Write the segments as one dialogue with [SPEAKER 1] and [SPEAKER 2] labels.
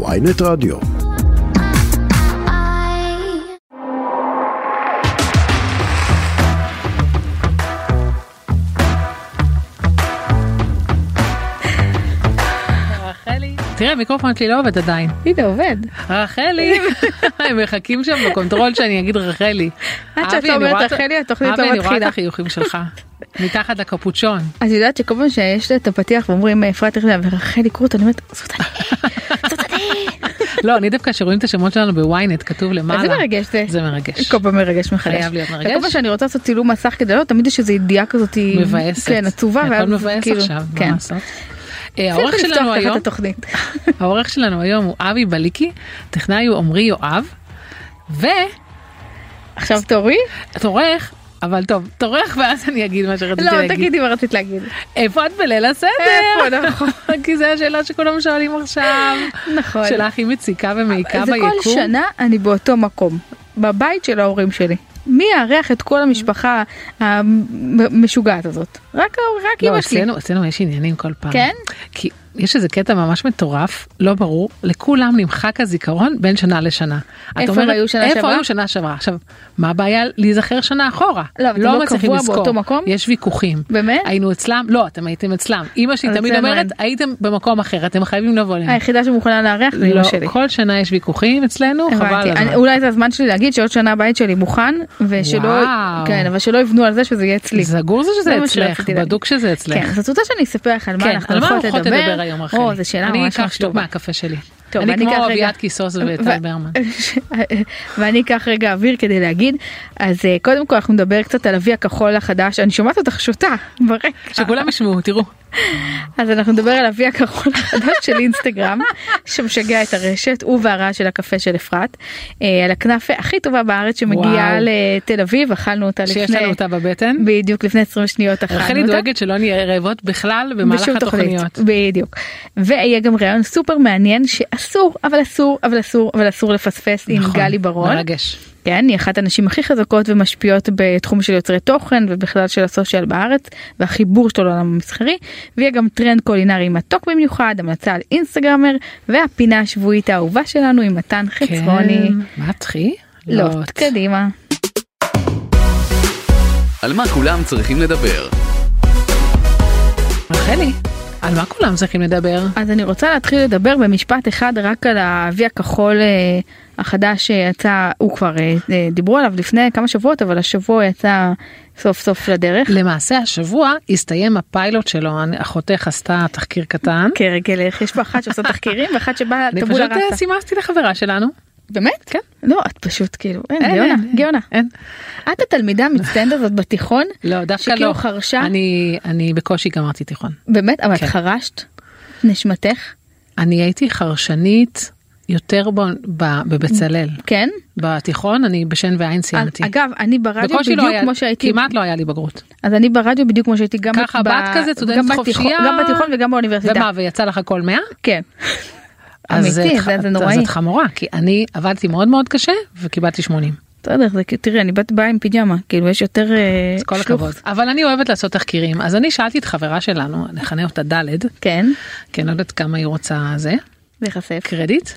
[SPEAKER 1] ויינט רדיו.
[SPEAKER 2] רחלי. תראה, המיקרופון שלי לא עובד עדיין.
[SPEAKER 3] הנה עובד.
[SPEAKER 2] רחלי. הם מחכים שם בקונטרול שאני אגיד רחלי.
[SPEAKER 3] עד
[SPEAKER 2] אבי,
[SPEAKER 3] שאת
[SPEAKER 2] אני רואה
[SPEAKER 3] אומרת
[SPEAKER 2] את-
[SPEAKER 3] רחלי התוכנית לא
[SPEAKER 2] אבי, אני רואה את
[SPEAKER 3] מתחילה.
[SPEAKER 2] החיוכים שלך. מתחת לקפוצ'ון.
[SPEAKER 3] את יודעת שכל פעם שיש לה את הפתיח ואומרים "אה, אפרת יחידה ורחלי קרוט אני אומרת זאת אני. זאת אני.
[SPEAKER 2] לא, אני דווקא שרואים את השמות שלנו בוויינט, כתוב למעלה.
[SPEAKER 3] איזה מרגש זה.
[SPEAKER 2] זה מרגש.
[SPEAKER 3] כל פעם מרגש מחדש.
[SPEAKER 2] חייב להיות מרגש.
[SPEAKER 3] וכל פעם שאני רוצה לעשות צילום מסך כדי לא תמיד יש איזו ידיעה כזאת. היא-
[SPEAKER 2] מבאסת.
[SPEAKER 3] כן עצובה.
[SPEAKER 2] הכל
[SPEAKER 3] ואז
[SPEAKER 2] מבאס
[SPEAKER 3] כאילו,
[SPEAKER 2] עכשיו, מה
[SPEAKER 3] כן.
[SPEAKER 2] לעשות? אה, העורך
[SPEAKER 3] צריך
[SPEAKER 2] שלנו
[SPEAKER 3] לפתוח ככה
[SPEAKER 2] היום,
[SPEAKER 3] את התוכנית.
[SPEAKER 2] העורך שלנו היום הוא אבי בליקי, טכנאי הוא עמרי יואב, ואת
[SPEAKER 3] עכשיו תורי?
[SPEAKER 2] עורך, אבל טוב, תורך ואז אני אגיד מה שרציתי
[SPEAKER 3] לא
[SPEAKER 2] להגיד.
[SPEAKER 3] תגידי מה רצית להגיד.
[SPEAKER 2] איפה את בליל הסדר?
[SPEAKER 3] איפה, נכון.
[SPEAKER 2] כי זו השאלה שכולם שואלים עכשיו.
[SPEAKER 3] נכון.
[SPEAKER 2] שאלה הכי מציקה ומעיקה
[SPEAKER 3] זה
[SPEAKER 2] ביקום. לא,
[SPEAKER 3] כל שנה אני באותו מקום, בבית של ההורים שלי. מי יארח את כל המשפחה המשוגעת הזאת? רק רק
[SPEAKER 2] לא,
[SPEAKER 3] אמא שלי.
[SPEAKER 2] אצלנו, אצלנו יש עניינים כל פעם.
[SPEAKER 3] כאילו כן?
[SPEAKER 2] כי יש איזה קטע ממש מטורף, לא ברור, לכולם נמחק הזיכרון בין שנה לשנה. את
[SPEAKER 3] איפה הם
[SPEAKER 2] אומרת,
[SPEAKER 3] היו שנה
[SPEAKER 2] איפה
[SPEAKER 3] שעברה?"
[SPEAKER 2] היו שנה שעברה? עכשיו, מה הבעיה להיזכר שנה אחורה?
[SPEAKER 3] לא, אבל אתם לא
[SPEAKER 2] מצליחים
[SPEAKER 3] קבוע
[SPEAKER 2] לזכור.
[SPEAKER 3] באותו מקום?
[SPEAKER 2] יש ויכוחים.
[SPEAKER 3] באמת?
[SPEAKER 2] היינו אצלם, לא, אתם הייתם אצלם. אמא שלי
[SPEAKER 3] אבל
[SPEAKER 2] תמיד
[SPEAKER 3] אצלנו
[SPEAKER 2] אומרת,
[SPEAKER 3] אין.
[SPEAKER 2] הייתם במקום אחר, אתם חייבים לבוא אלינו.
[SPEAKER 3] היחידה שמוכנה לארח זה אמא
[SPEAKER 2] לא,
[SPEAKER 3] שלי.
[SPEAKER 2] כל שנה יש ויכוחים אצלנו, חבל על
[SPEAKER 3] הבנתי.
[SPEAKER 2] הזמן.
[SPEAKER 3] אני- אולי זה הזמן שלי להגיד שעוד שנה הבית שלי מוכן, ושלא,
[SPEAKER 2] וואו.
[SPEAKER 3] כן, אבל שלא יבנו על זה שזה יהיה אצלי.
[SPEAKER 2] סגור זה שזה
[SPEAKER 3] זה מה
[SPEAKER 2] אצלך,
[SPEAKER 3] שרציתי להגיד.
[SPEAKER 2] בדוק שזה אצלך.
[SPEAKER 3] כן, אז את רוצה שאני אספר לך על מה
[SPEAKER 2] כן,
[SPEAKER 3] אנחנו
[SPEAKER 2] על מה
[SPEAKER 3] הולכות
[SPEAKER 2] הרוחות
[SPEAKER 3] לדבר?
[SPEAKER 2] תדבר היום רחלי?
[SPEAKER 3] או, זו שאלה
[SPEAKER 2] אני
[SPEAKER 3] ממש
[SPEAKER 2] אקח שטוף
[SPEAKER 3] חשובה.
[SPEAKER 2] מהקפה שלי.
[SPEAKER 3] טוב,
[SPEAKER 2] אני
[SPEAKER 3] אני
[SPEAKER 2] כמו
[SPEAKER 3] אקח רגע- אה,
[SPEAKER 2] אביעד קיסוס וטל
[SPEAKER 3] ו-
[SPEAKER 2] ברמן.
[SPEAKER 3] ואני אקח רגע אוויר כדי להגיד, אז אה, קודם כל אנחנו נדבר קצת על אבי הכחול החדש, אני שומעת אותך שותה ברקע.
[SPEAKER 2] שכולם ישמעו, תראו.
[SPEAKER 3] אז אנחנו נדבר על אבי הכחול החדש של אינסטגרם, שמשגע את הרשת, הוא והרעש של הקפה של אפרת, אה, על הכנאפה הכי טובה בארץ שמגיעה
[SPEAKER 2] וואו.
[SPEAKER 3] לתל אביב, אכלנו אותה לפני,
[SPEAKER 2] שיש לנו אותה בבטן.
[SPEAKER 3] בדיוק לפני 20 שניות אכלנו אותה.
[SPEAKER 2] רחלי דואגת שלא נהיה רעבות בכלל במהלך
[SPEAKER 3] בשום תוכנית,
[SPEAKER 2] התוכניות.
[SPEAKER 3] בדיוק. ויהיה גם ראיון סופר מעניין שאסור, אבל אסור, אבל אסור, אבל אסור לפספס עם
[SPEAKER 2] נכון,
[SPEAKER 3] גלי ברון.
[SPEAKER 2] מרגש.
[SPEAKER 3] כן, היא אחת הנשים הכי חזקות ומשפיעות בתחום של יוצרי תוכן ובכלל של הסושיאל בארץ והחיבור שלו לעולם המסחרי ויהיה גם טרנד קולינרי מתוק במיוחד המלצה על אינסטגרמר והפינה השבועית האהובה שלנו עם לא, מתן חצרוני.
[SPEAKER 2] כן. מה תחי?
[SPEAKER 3] כן,
[SPEAKER 2] לא.
[SPEAKER 3] לוט קדימה.
[SPEAKER 4] על מה כולם צריכים לדבר.
[SPEAKER 2] רחלי, על מה כולם צריכים לדבר?
[SPEAKER 3] אז אני רוצה להתחיל לדבר במשפט אחד רק על האבי הכחול אה, החדש שיצא, הוא כבר אה, אה, דיברו עליו לפני כמה שבועות אבל השבוע יצא סוף סוף לדרך.
[SPEAKER 2] למעשה השבוע הסתיים הפיילוט שלו, אני- אחותך עשתה תחקיר קטן.
[SPEAKER 3] כרגל, כן, יש פה אחת שעושה תחקירים ואחת שבאה
[SPEAKER 2] אני
[SPEAKER 3] כן, טבולה
[SPEAKER 2] פשוט
[SPEAKER 3] רסה.
[SPEAKER 2] אה, סימסתי לחברה שלנו.
[SPEAKER 3] באמת?
[SPEAKER 2] כן.
[SPEAKER 3] לא, את פשוט כאילו, אין,
[SPEAKER 2] אין,
[SPEAKER 3] גאונה,
[SPEAKER 2] אין, אין.
[SPEAKER 3] גאונה.
[SPEAKER 2] אין.
[SPEAKER 3] את התלמידה המצטיינת הזאת בתיכון?
[SPEAKER 2] לא, דווקא לא.
[SPEAKER 3] שכאילו חרשה?
[SPEAKER 2] אני- אני בקושי גמרתי תיכון.
[SPEAKER 3] באמת? אבל את
[SPEAKER 2] כן.
[SPEAKER 3] חרשת? נשמתך?
[SPEAKER 2] אני הייתי חרשנית יותר ב, ב, בבצלאל.
[SPEAKER 3] כן?
[SPEAKER 2] בתיכון אני בשן ועין סיימתי.
[SPEAKER 3] אז- אגב, אני ברדיו
[SPEAKER 2] בקושי לא
[SPEAKER 3] בדיוק
[SPEAKER 2] היה,
[SPEAKER 3] כמו שהייתי,
[SPEAKER 2] כמעט לא היה לי בגרות.
[SPEAKER 3] אז אני ברדיו בדיוק כמו שהייתי גם
[SPEAKER 2] ככה
[SPEAKER 3] ב-
[SPEAKER 2] בת כזה, סטודנטית
[SPEAKER 3] גם בתיכון-
[SPEAKER 2] חופשייה.
[SPEAKER 3] גם בתיכון וגם באוניברסיטה.
[SPEAKER 2] ומה, ויצא לך הכל 100?
[SPEAKER 3] כן.
[SPEAKER 2] אז
[SPEAKER 3] אמיתי,
[SPEAKER 2] את-
[SPEAKER 3] זה- זה
[SPEAKER 2] את-
[SPEAKER 3] נוראי.
[SPEAKER 2] אז את חמורה, כי אני עבדתי מאוד מאוד קשה וקיבלתי 80.
[SPEAKER 3] בסדר, זה כאילו, תראי, אני בת באה עם פיג'מה, כאילו יש יותר אה,
[SPEAKER 2] אז כל
[SPEAKER 3] שלוך.
[SPEAKER 2] הכבוד. אבל אני אוהבת לעשות תחקירים, אז אני שאלתי את חברה שלנו, נכנה אותה ד',
[SPEAKER 3] כן,
[SPEAKER 2] כי אני לא יודעת כמה היא רוצה זה,
[SPEAKER 3] להיחשף.
[SPEAKER 2] קרדיט.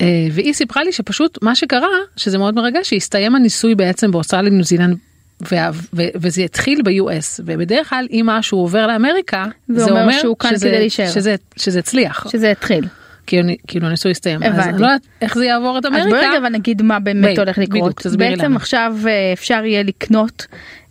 [SPEAKER 2] אה, והיא סיפרה לי שפשוט מה שקרה שזה מאוד מרגש שהסתיים הניסוי בעצם באוסטרליה ניו זילנד וה- ו- וזה התחיל ב-US ובדרך כלל אם משהו עובר לאמריקה
[SPEAKER 3] זה אומר שהוא כאן
[SPEAKER 2] שזה-
[SPEAKER 3] כדי להישאר.
[SPEAKER 2] שזה שזה הצליח
[SPEAKER 3] שזה התחיל.
[SPEAKER 2] כאילו אני- כאילו הניסוי הסתיים אז
[SPEAKER 3] הבנתי.
[SPEAKER 2] אני לא יודעת איך זה יעבור את
[SPEAKER 3] אז בואי
[SPEAKER 2] אמריקה
[SPEAKER 3] רגע אבל נגיד מה באמת
[SPEAKER 2] ביי,
[SPEAKER 3] הולך
[SPEAKER 2] בדיוק,
[SPEAKER 3] לקרות.
[SPEAKER 2] תסבירי
[SPEAKER 3] בעצם
[SPEAKER 2] לנו.
[SPEAKER 3] עכשיו אה, אפשר יהיה לקנות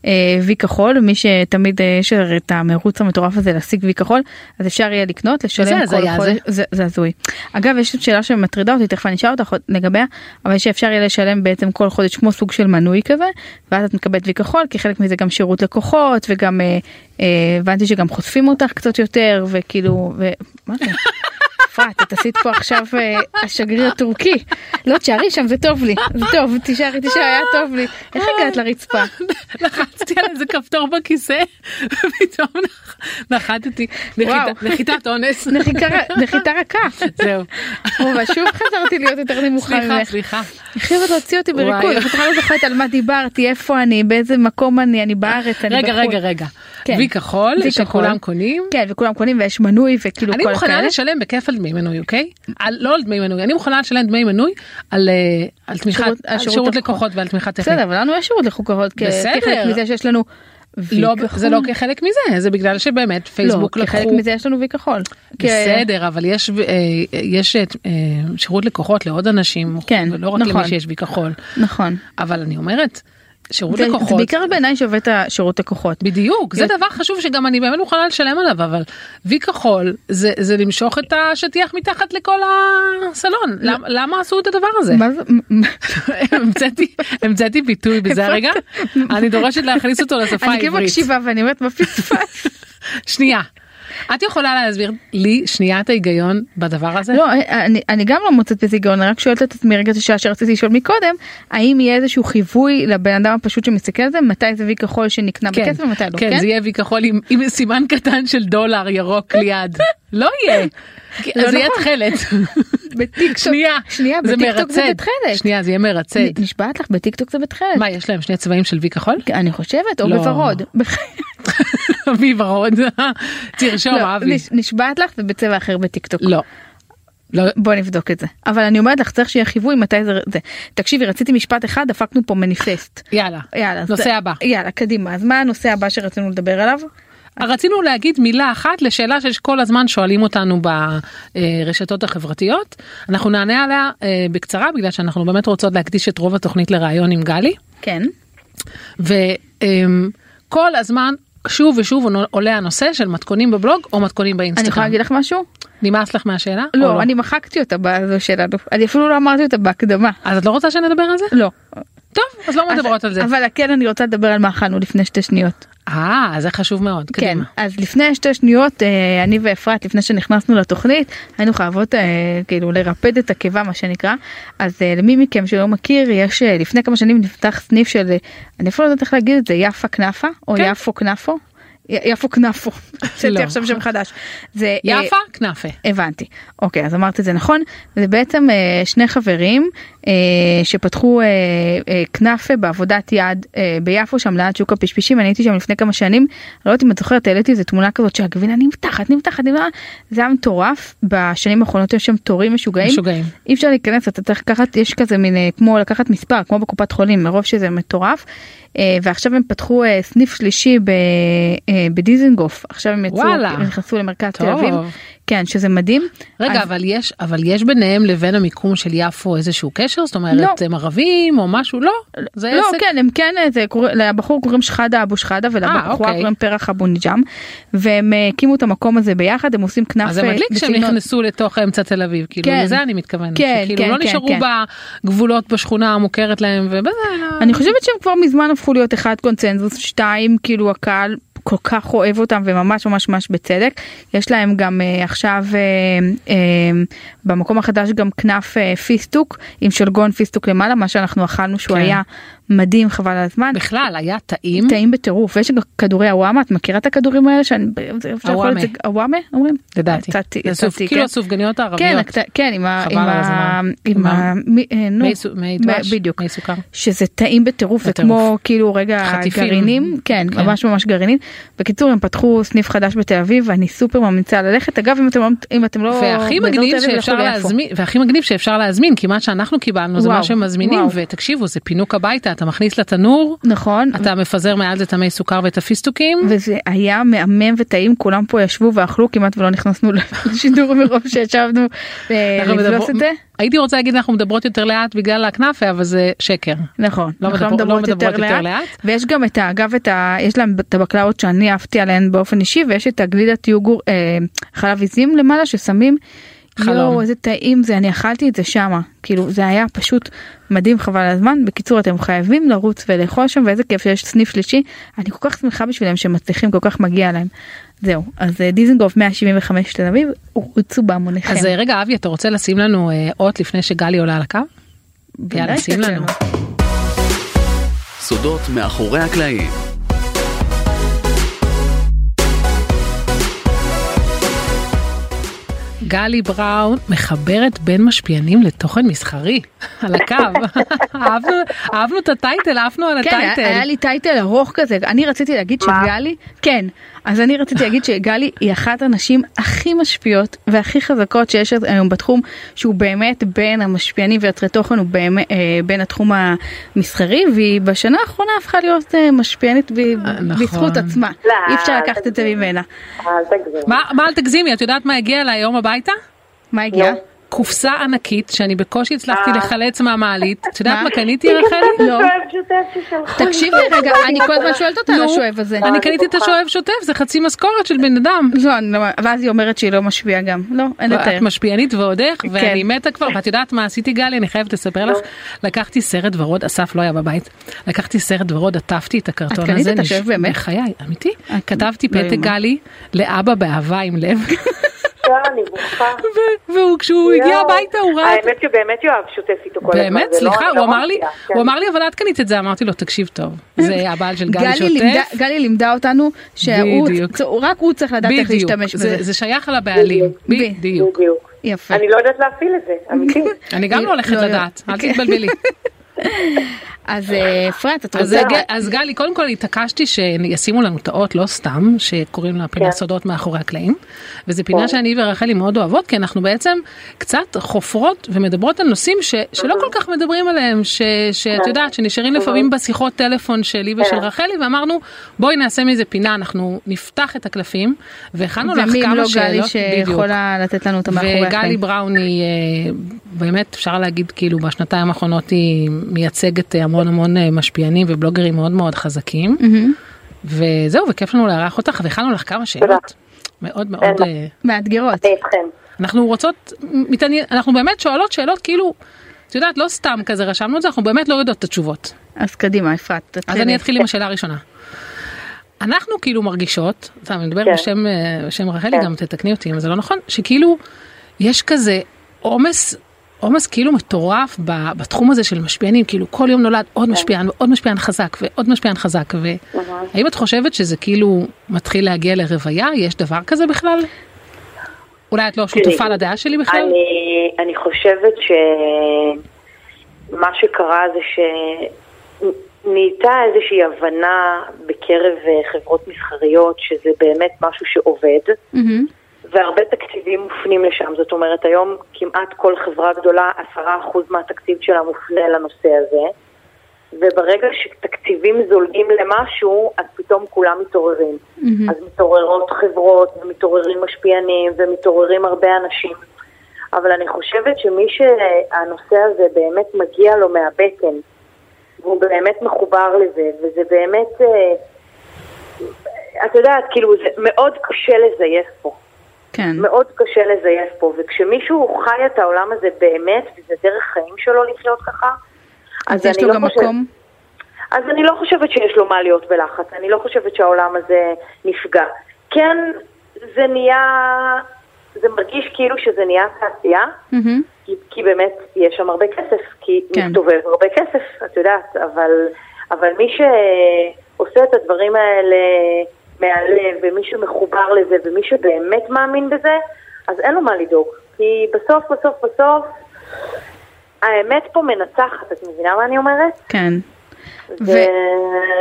[SPEAKER 3] אה, וי כחול, מי שתמיד אה, יש הרי את המרוץ המטורף הזה להשיג וי כחול, אז אפשר יהיה לקנות, לשלם כל
[SPEAKER 2] הזיה,
[SPEAKER 3] חודש.
[SPEAKER 2] זה.
[SPEAKER 3] זה- זה הזוי. אגב, יש עוד שאלה שמטרידה אותי, תכף אני אשאל אותך עוד לגביה, אבל שאפשר יהיה לשלם בעצם כל חודש כמו סוג של מנוי כזה, ואז את מקבלת וי כחול, כי חלק מזה גם שירות לקוחות, וגם אה, אה, הבנתי שגם חוטפים אותך קצת יותר, וכאילו, ו... מה זה? אפרת, את עשית פה עכשיו אה, השגריר הטורקי. לא, תשארי שם, זה טוב לי. זה טוב, תישארי, תישארי, היה טוב לי. איך הגעת לרצפה?
[SPEAKER 2] לחצתי על איזה כפתור בכיסא ופתאום נח- נחתתי נחיתה-
[SPEAKER 3] וואו.
[SPEAKER 2] נחיתת אונס.
[SPEAKER 3] נחיתה- נחיתה רכה.
[SPEAKER 2] זהו.
[SPEAKER 3] אבל שוב חזרתי להיות יותר נמוכה
[SPEAKER 2] סליחה
[SPEAKER 3] ממך.
[SPEAKER 2] סליחה.
[SPEAKER 3] הכי אוהבת להוציא אותי בריקוד,
[SPEAKER 2] וואי.
[SPEAKER 3] אני בכלל לא זוכרת על מה דיברתי, איפה אני, באיזה מקום אני, אני בארץ, אני בחו"ל.
[SPEAKER 2] רגע רגע רגע
[SPEAKER 3] כן.
[SPEAKER 2] וי כחול,
[SPEAKER 3] וי
[SPEAKER 2] שכולם
[SPEAKER 3] כחול.
[SPEAKER 2] קונים. כאילו
[SPEAKER 3] כן, וכולם קונים ויש מנוי וכאילו
[SPEAKER 2] אני
[SPEAKER 3] כל
[SPEAKER 2] מוכנה
[SPEAKER 3] הכאלה.
[SPEAKER 2] לשלם בכיף על דמי מנוי, אוקיי? על- לא על דמי מנוי, אני מוכנה לשלם דמי מנוי על אה, על תמיכת,
[SPEAKER 3] שירות-
[SPEAKER 2] על
[SPEAKER 3] על שירות
[SPEAKER 2] שירות
[SPEAKER 3] לקוחות.
[SPEAKER 2] לקוחות ועל תמיכה טכנית.
[SPEAKER 3] בסדר, אבל לנו יש שירות לחוקרות. כ-
[SPEAKER 2] בסדר.
[SPEAKER 3] כחלק מזה שיש לנו וי
[SPEAKER 2] לא,
[SPEAKER 3] כחול.
[SPEAKER 2] זה לא כחלק מזה, זה בגלל שבאמת פייסבוק
[SPEAKER 3] לא,
[SPEAKER 2] לקחו...
[SPEAKER 3] כחלק מזה כן. יש לנו וי כחול. כ-
[SPEAKER 2] בסדר, אבל יש אה, אה, יש את, אה, שירות לקוחות לעוד אנשים,
[SPEAKER 3] כן,
[SPEAKER 2] ולא רק
[SPEAKER 3] נכון.
[SPEAKER 2] למי שיש בי כחול.
[SPEAKER 3] נכון.
[SPEAKER 2] אבל אני אומרת, שירות
[SPEAKER 3] זה זה
[SPEAKER 2] לקוחות,
[SPEAKER 3] בעיקר בעיניי שווה את השירות לקוחות.
[SPEAKER 2] בדיוק, זה
[SPEAKER 3] זה-
[SPEAKER 2] דבר חשוב שגם אני באמת מוכנה לשלם עליו, אבל וי כחול זה זה למשוך את השטיח מתחת לכל הסלון, למ- למה עשו את הדבר הזה?
[SPEAKER 3] לא. מה זה?
[SPEAKER 2] המצאתי- המצאתי ביטוי בזה הרגע, אני דורשת להכניס אותו לשפה
[SPEAKER 3] אני כאילו
[SPEAKER 2] העברית.
[SPEAKER 3] מקשיבה ואני אומרת מה פספס.
[SPEAKER 2] שנייה, את יכולה להסביר לי שנייה את ההיגיון בדבר הזה?
[SPEAKER 3] לא, אני- אני גם לא מוצאת בזה היגיון, אני רק שואלת את עצמי רגע את השאלה שרציתי לשאול מקודם, האם יהיה איזשהו חיווי לבן אדם הפשוט שמסתכל על זה, מתי זה וי כחול שנקנה
[SPEAKER 2] כן,
[SPEAKER 3] בכסף ומתי לא,
[SPEAKER 2] כן, זה יהיה וי כחול עם- עם סימן קטן של דולר ירוק ליד. לא יהיה. כי-
[SPEAKER 3] לא
[SPEAKER 2] זה יהיה
[SPEAKER 3] נכון.
[SPEAKER 2] תכלת.
[SPEAKER 3] בטיקטוק,
[SPEAKER 2] שנייה,
[SPEAKER 3] שנייה,
[SPEAKER 2] זה
[SPEAKER 3] בטיקטוק זה
[SPEAKER 2] מרצד.
[SPEAKER 3] בתכלת.
[SPEAKER 2] שנייה, זה יהיה מרצד.
[SPEAKER 3] נ- נשבעת לך, בטיקטוק זה בתכלת.
[SPEAKER 2] מה, יש להם שני צבעים של וי כחול?
[SPEAKER 3] אני חושבת, או
[SPEAKER 2] לא.
[SPEAKER 3] בוורוד.
[SPEAKER 2] וי ורוד. תרשום,
[SPEAKER 3] לא,
[SPEAKER 2] אבי.
[SPEAKER 3] נש- נשבעת לך ובצבע אחר בטיקטוק.
[SPEAKER 2] לא. לא,
[SPEAKER 3] בוא נבדוק את זה. אבל אני אומרת לך, צריך שיהיה חיווי מתי זה... זה. תקשיבי, רציתי משפט אחד, דפקנו פה מניפסט.
[SPEAKER 2] יאללה.
[SPEAKER 3] יאללה. אז-
[SPEAKER 2] נושא הבא.
[SPEAKER 3] יאללה, קדימה. אז מה הנושא הבא שרצינו לדבר עליו?
[SPEAKER 2] רצינו להגיד מילה אחת לשאלה שכל הזמן שואלים אותנו ברשתות החברתיות. אנחנו נענה עליה אה, בקצרה בגלל שאנחנו באמת רוצות להקדיש את רוב התוכנית לראיון עם גלי.
[SPEAKER 3] כן.
[SPEAKER 2] וכל הזמן שוב ושוב עולה הנושא של מתכונים בבלוג או מתכונים
[SPEAKER 3] אני יכולה
[SPEAKER 2] באינסטגרם.
[SPEAKER 3] להגיד לך משהו?
[SPEAKER 2] נמאס לך מהשאלה? או
[SPEAKER 3] לא, אני מחקתי אותה בזו שלנו. אני אפילו לא אמרתי אותה בהקדמה.
[SPEAKER 2] אז את לא רוצה שנדבר על זה?
[SPEAKER 3] לא.
[SPEAKER 2] טוב, אז לא מדברות על זה.
[SPEAKER 3] אבל כן, אני רוצה לדבר על מה אכלנו לפני שתי שניות.
[SPEAKER 2] אה, זה חשוב מאוד.
[SPEAKER 3] כן,
[SPEAKER 2] קדימה.
[SPEAKER 3] אז לפני שתי שניות, אה, אני ואפרת, לפני שנכנסנו לתוכנית, היינו חייבות אה, כאילו לרפד את הקיבה, מה שנקרא. אז אה, למי מכם שלא מכיר, יש אה, לפני כמה שנים נפתח סניף של, אה, אני אפילו לא יודעת איך להגיד את זה, יפה כנפה, או
[SPEAKER 2] כן.
[SPEAKER 3] יפו כנפו? י- יפו כנפו,
[SPEAKER 2] לא.
[SPEAKER 3] עשיתי עכשיו שם חדש. זה, אה,
[SPEAKER 2] יפה, כנאפה.
[SPEAKER 3] הבנתי. אוקיי, אז אמרת את זה נכון. זה בעצם אה, שני חברים אה, שפתחו אה, אה, כנאפה בעבודת יד אה, ביפו, שם ליד שוק הפשפשים. אני הייתי שם לפני כמה שנים, לא יודעת אם את זוכרת, העליתי איזה תמונה כזאת שהגבינה נמתחת, נמתחת, נמתחת. זה היה מטורף. בשנים האחרונות יש שם תורים משוגעים.
[SPEAKER 2] משוגעים.
[SPEAKER 3] אי אפשר להיכנס אתה צריך לקחת יש כזה מין אה, כמו לקחת מספר כמו בקופת חולים מרוב שזה מטורף אה, ועכשיו הם פתחו אה, סניף שלישי ב- אה, בדיזנגוף עכשיו הם יצאו
[SPEAKER 2] וואלה.
[SPEAKER 3] הם נכנסו למרכז תל
[SPEAKER 2] טוב.
[SPEAKER 3] אביב כן שזה מדהים
[SPEAKER 2] רגע,
[SPEAKER 3] אז-
[SPEAKER 2] אבל יש, אבל יש ביניהם לבין המיקום של יפו איזשהו קשר? זאת
[SPEAKER 3] לא.
[SPEAKER 2] אומרת, הם ערבים או משהו? לא. זה
[SPEAKER 3] לא,
[SPEAKER 2] עסק.
[SPEAKER 3] כן, הם כן, אה, זה קורא, לבחור קוראים שחאדה אבו שחאדה
[SPEAKER 2] אה,
[SPEAKER 3] ולבחורה
[SPEAKER 2] אוקיי.
[SPEAKER 3] קוראים פרח אבו ניג'אם, והם אה, הקימו את המקום הזה ביחד, הם עושים כנף
[SPEAKER 2] אז זה
[SPEAKER 3] אה,
[SPEAKER 2] מדליק שהם
[SPEAKER 3] בסגנון-
[SPEAKER 2] נכנסו לתוך אמצע תל אביב, כאילו
[SPEAKER 3] כן.
[SPEAKER 2] לזה אני מתכוונת,
[SPEAKER 3] כן,
[SPEAKER 2] שכאילו
[SPEAKER 3] כן,
[SPEAKER 2] לא
[SPEAKER 3] כן,
[SPEAKER 2] נשארו
[SPEAKER 3] כן.
[SPEAKER 2] בגבולות בשכונה המוכרת להם ובזה, אלא-
[SPEAKER 3] אני חושבת שהם כבר מזמן הפכו להיות אחד קונצנזוס, שתיים, כאילו הקהל כל כך אוהב אותם וממש ממש ממש בצדק. יש להם גם אה, עכשיו אה, אה, במקום החדש גם כנף אה, פיסטוק עם שלגון פיסטוק למעלה, מה שאנחנו אכלנו שהוא
[SPEAKER 2] כן.
[SPEAKER 3] היה מדהים חבל על הזמן.
[SPEAKER 2] בכלל היה טעים.
[SPEAKER 3] טעים בטירוף ויש גם כדורי הוואמה את מכירה את הכדורים האלה שאני אפשר לאכול את זה- הוואמה אומרים
[SPEAKER 2] לדעתי.
[SPEAKER 3] הצעתי-
[SPEAKER 2] זה סוף-
[SPEAKER 3] הצעתי,
[SPEAKER 2] כאילו
[SPEAKER 3] כן.
[SPEAKER 2] הסופגניות
[SPEAKER 3] כן
[SPEAKER 2] הערביות.
[SPEAKER 3] הקט- כן עם ה-
[SPEAKER 2] חבל
[SPEAKER 3] עם
[SPEAKER 2] על
[SPEAKER 3] ה-
[SPEAKER 2] הזמן. עם
[SPEAKER 3] עם ה... מי- אה, נו.
[SPEAKER 2] מי סו- מי דבש?
[SPEAKER 3] בדיוק.
[SPEAKER 2] מי סוכר.
[SPEAKER 3] שזה טעים בטירוף, זה
[SPEAKER 2] בטירוף.
[SPEAKER 3] כמו כאילו רגע
[SPEAKER 2] חטיפים.
[SPEAKER 3] גרעינים, כן,
[SPEAKER 2] כן.
[SPEAKER 3] ממש ממש גרעינים. בקיצור הם פתחו סניף חדש בתל אביב ואני סופר ממליצה ללכת, אגב אם אתם לא, אם אתם לא,
[SPEAKER 2] והכי
[SPEAKER 3] באזור
[SPEAKER 2] מגניב
[SPEAKER 3] תל אביב,
[SPEAKER 2] שאפשר
[SPEAKER 3] לכו ליפו.
[SPEAKER 2] להזמין, והכי מגניב שאפשר להזמין, כי מה שאנחנו קיבלנו זה
[SPEAKER 3] וואו,
[SPEAKER 2] מה שמזמינים,
[SPEAKER 3] וואו.
[SPEAKER 2] ותקשיבו, זה פינוק הביתה, אתה מכניס לתנור,
[SPEAKER 3] נכון,
[SPEAKER 2] אתה מפזר מעל זה את המי סוכר ואת הפיסטוקים,
[SPEAKER 3] וזה היה מהמם וטעים, כולם פה ישבו ואכלו כמעט ולא נכנסנו לשידור מרוב שישבנו אה,
[SPEAKER 2] אנחנו
[SPEAKER 3] לבלוס
[SPEAKER 2] מדברות-
[SPEAKER 3] את זה.
[SPEAKER 2] הייתי רוצה להגיד אנחנו מדברות יותר לאט בגלל הכנאפה, אבל זה שקר.
[SPEAKER 3] נכון,
[SPEAKER 2] לא
[SPEAKER 3] אנחנו
[SPEAKER 2] מדבר- לא מדברות יותר לאט.
[SPEAKER 3] ויש גם את ה... אגב, את ה... יש להם את הבקלאות שאני אהבתי עליהן באופן אישי, ויש את הגלידת יוגור, אה, חלב עיזים למעלה ששמים.
[SPEAKER 2] חלום.
[SPEAKER 3] יואו, איזה טעים זה, אני אכלתי את זה שמה. כאילו, זה היה פשוט מדהים, חבל על הזמן. בקיצור, אתם חייבים לרוץ ולאכול שם, ואיזה כיף שיש סניף שלישי. אני כל כך שמחה בשבילם שהם מצליחים, כל כך מגיע להם. זהו, אז אה, דיזנגוף 175 תל אביב, רוצו בהמוניכם.
[SPEAKER 2] אז אה, רגע, אבי, אתה רוצה לשים לנו אה, אות לפני שגלי עולה על הקו?
[SPEAKER 3] בוודאי
[SPEAKER 2] יאללה, שים
[SPEAKER 3] שאצלנו.
[SPEAKER 2] לנו.
[SPEAKER 4] סודות מאחורי הקלעים.
[SPEAKER 2] גלי בראון מחברת בין משפיענים לתוכן מסחרי. על הקו. אהבנו, אהבנו את הטייטל, עפנו על
[SPEAKER 3] כן, היה- היה
[SPEAKER 2] הטייטל.
[SPEAKER 3] לי טייטל ארוך כזה, אני רציתי להגיד
[SPEAKER 1] מה?
[SPEAKER 3] שגלי, כן, אז אני רציתי להגיד שגלי היא אחת הנשים הכי משפיעות והכי חזקות שיש היום בתחום, שהוא באמת בין המשפיענים ויוצרי תוכן, הוא באמת אה, בין התחום המסחרי, והיא בשנה האחרונה הפכה להיות אה, משפיענית ב-
[SPEAKER 2] נכון.
[SPEAKER 3] בזכות עצמה,
[SPEAKER 1] לא,
[SPEAKER 3] אי אפשר לקחת את זה ממנה.
[SPEAKER 1] אל תגזים.
[SPEAKER 2] מה מה אל תגזימי, את יודעת מה הגיע אליי היום הביתה?
[SPEAKER 3] מה הגיע?
[SPEAKER 1] נו.
[SPEAKER 2] קופסה ענקית שאני בקושי הצלחתי
[SPEAKER 1] אה.
[SPEAKER 2] לחלץ מהמעלית. את יודעת
[SPEAKER 3] מה?
[SPEAKER 2] מה קניתי רחלי?
[SPEAKER 3] לא.
[SPEAKER 1] שואב שוטף ששלחו.
[SPEAKER 3] תקשיבי רגע,
[SPEAKER 1] לא,
[SPEAKER 3] אני כל הזמן שואלת אותה על השואב הזה.
[SPEAKER 2] לא. אני
[SPEAKER 1] אני
[SPEAKER 2] קניתי את
[SPEAKER 1] בטוחה.
[SPEAKER 2] השואב שוטף, זה חצי משכורת של בן אדם.
[SPEAKER 3] לא, אני לא, ואז היא אומרת שהיא לא משפיעה גם, לא, אין לתאר.
[SPEAKER 2] את משפיענית ועודך, ואני
[SPEAKER 3] כן.
[SPEAKER 2] מתה כבר, ואת יודעת מה עשיתי גלי, אני חייבת לספר
[SPEAKER 1] לא.
[SPEAKER 2] לך, לקחתי סרט ורוד, אסף לא היה בבית, לקחתי סרט ורוד, עטפתי את הקרטון הזה,
[SPEAKER 3] קנית את השף
[SPEAKER 2] נש-
[SPEAKER 3] באמת?
[SPEAKER 2] בחיי, אמיתי,
[SPEAKER 3] את-
[SPEAKER 2] כתבתי
[SPEAKER 3] לא
[SPEAKER 2] פתק
[SPEAKER 3] יאומן.
[SPEAKER 2] גלי, לאבא באהבה עם לב,
[SPEAKER 1] לא, אני בוכה.
[SPEAKER 2] ו- והוא כשהוא הגיע
[SPEAKER 1] יואו.
[SPEAKER 2] הביתה הוא ראה את
[SPEAKER 1] האמת שבאמת יואב שוטף איתו כל הזמן.
[SPEAKER 2] באמת,
[SPEAKER 1] זה לא-
[SPEAKER 2] סליחה,
[SPEAKER 1] לא
[SPEAKER 2] הוא אמר לי,
[SPEAKER 1] מפתיע, כן.
[SPEAKER 2] הוא אמר לי, אבל את קנית את זה, אמרתי לו, תקשיב טוב, זה הבעל של גלי
[SPEAKER 3] לימדה,
[SPEAKER 2] שוטף,
[SPEAKER 3] גלי לימדה אותנו שהוא-
[SPEAKER 2] בדיוק.
[SPEAKER 3] צ- רק הוא צריך לדעת איך
[SPEAKER 2] בדיוק,
[SPEAKER 3] להשתמש
[SPEAKER 2] זה-
[SPEAKER 3] בזה.
[SPEAKER 2] זה שייך לבעלים,
[SPEAKER 3] בדיוק.
[SPEAKER 2] בדיוק,
[SPEAKER 1] בדיוק.
[SPEAKER 3] יפה.
[SPEAKER 1] אני לא יודעת להפעיל את זה, אמיתי.
[SPEAKER 2] אני גם לא הולכת
[SPEAKER 3] לא, לא.
[SPEAKER 2] לדעת, אל
[SPEAKER 3] כן.
[SPEAKER 2] תתבלבלי.
[SPEAKER 3] אז אה, אפרת, את
[SPEAKER 2] אז,
[SPEAKER 3] רוצה...
[SPEAKER 2] הג... אז גלי, קודם כל התעקשתי שישימו לנו את האות, לא סתם, שקוראים לה פינה
[SPEAKER 1] כן.
[SPEAKER 2] סודות מאחורי הקלעים. וזו פינה
[SPEAKER 1] כן.
[SPEAKER 2] שאני ורחלי מאוד אוהבות, כי אנחנו בעצם קצת חופרות ומדברות על נושאים ש... שלא כל כך מדברים עליהם, ש... שאת
[SPEAKER 1] כן.
[SPEAKER 2] יודעת, שנשארים לפעמים בשיחות טלפון שלי ושל
[SPEAKER 1] כן.
[SPEAKER 2] רחלי, ואמרנו, בואי נעשה מזה פינה, אנחנו נפתח את הקלפים, והכנו לך
[SPEAKER 3] ומי אם
[SPEAKER 2] כמה
[SPEAKER 3] לא גלי
[SPEAKER 2] שאלות, בדיוק.
[SPEAKER 3] שיכולה לתת לנו את המאחורי
[SPEAKER 2] וגלי
[SPEAKER 3] החיים.
[SPEAKER 2] בראון היא אה, באמת אפשר להגיד כאילו בשנתיים האחרונות היא מייצגת אה, המון המון אה, משפיענים ובלוגרים מאוד מאוד חזקים
[SPEAKER 3] מהמם.
[SPEAKER 2] וזהו וכיף לנו לארח אותך והכנו לך כמה
[SPEAKER 1] תודה.
[SPEAKER 2] שאלות מאוד מאוד
[SPEAKER 1] תודה.
[SPEAKER 2] אה,
[SPEAKER 3] מאתגרות.
[SPEAKER 1] אני איתכם.
[SPEAKER 2] אנחנו רוצות מתעניין אנחנו באמת שואלות שאלות כאילו. את יודעת לא סתם כזה רשמנו את זה אנחנו באמת לא יודעות את התשובות
[SPEAKER 3] אז קדימה, אפרת,
[SPEAKER 2] אז
[SPEAKER 3] תתחילי.
[SPEAKER 2] אני אתחיל עם השאלה הראשונה. אנחנו כאילו מרגישות, סתם, אני מדברת
[SPEAKER 1] כן.
[SPEAKER 2] בשם, אה, בשם רחלי,
[SPEAKER 1] כן.
[SPEAKER 2] גם תתקני אותי אם זה לא נכון, שכאילו יש כזה עומס, עומס כאילו מטורף ב- בתחום הזה של משפיענים, כאילו כל יום נולד
[SPEAKER 1] כן.
[SPEAKER 2] עוד משפיען ועוד משפיען חזק ועוד משפיען חזק,
[SPEAKER 1] אהה.
[SPEAKER 2] והאם את חושבת שזה כאילו מתחיל להגיע לרוויה? יש דבר כזה בכלל? אולי את לא שותפה
[SPEAKER 1] תראי,
[SPEAKER 2] לדעה שלי בכלל?
[SPEAKER 1] אני, אני חושבת שמה שקרה זה שנהייתה איזושהי הבנה בקרב אה, חברות מסחריות שזה באמת משהו שעובד.
[SPEAKER 3] מהמם.
[SPEAKER 1] והרבה תקציבים מופנים לשם, זאת אומרת היום כמעט כל חברה גדולה, עשרה אחוז מהתקציב שלה מופנה לנושא הזה, וברגע שתקציבים זולגים למשהו, אז פתאום כולם מתעוררים.
[SPEAKER 3] מהמם.
[SPEAKER 1] אז מתעוררות חברות, ומתעוררים משפיענים, ומתעוררים הרבה אנשים. אבל אני חושבת שמי שהנושא הזה באמת מגיע לו מהבטן, והוא באמת מחובר לזה, וזה באמת, אה, את יודעת, כאילו, זה מאוד קשה לזייף פה.
[SPEAKER 3] כן.
[SPEAKER 1] מאוד קשה לזייף פה, וכשמישהו חי את העולם הזה באמת, וזה דרך חיים שלו לחיות ככה, לא
[SPEAKER 3] אז יש לו גם מקום.
[SPEAKER 1] אז אני לא חושבת שיש לו מה להיות בלחץ, אני לא חושבת שהעולם הזה נפגע. כן, זה נהיה, זה מרגיש כאילו שזה נהיה תעשייה,
[SPEAKER 3] מהמם.
[SPEAKER 1] כי, כי באמת יש שם הרבה כסף, כי
[SPEAKER 3] כן.
[SPEAKER 1] כן. מסתובב הרבה כסף, את יודעת, אבל, אבל מי שעושה את הדברים האלה מהלב, ומי שמחובר לזה, ומי שבאמת מאמין בזה, אז אין לו מה לדאוג. כי בסוף, בסוף, בסוף, האמת פה מנצחת, את מבינה מה אני אומרת?
[SPEAKER 3] כן. ו-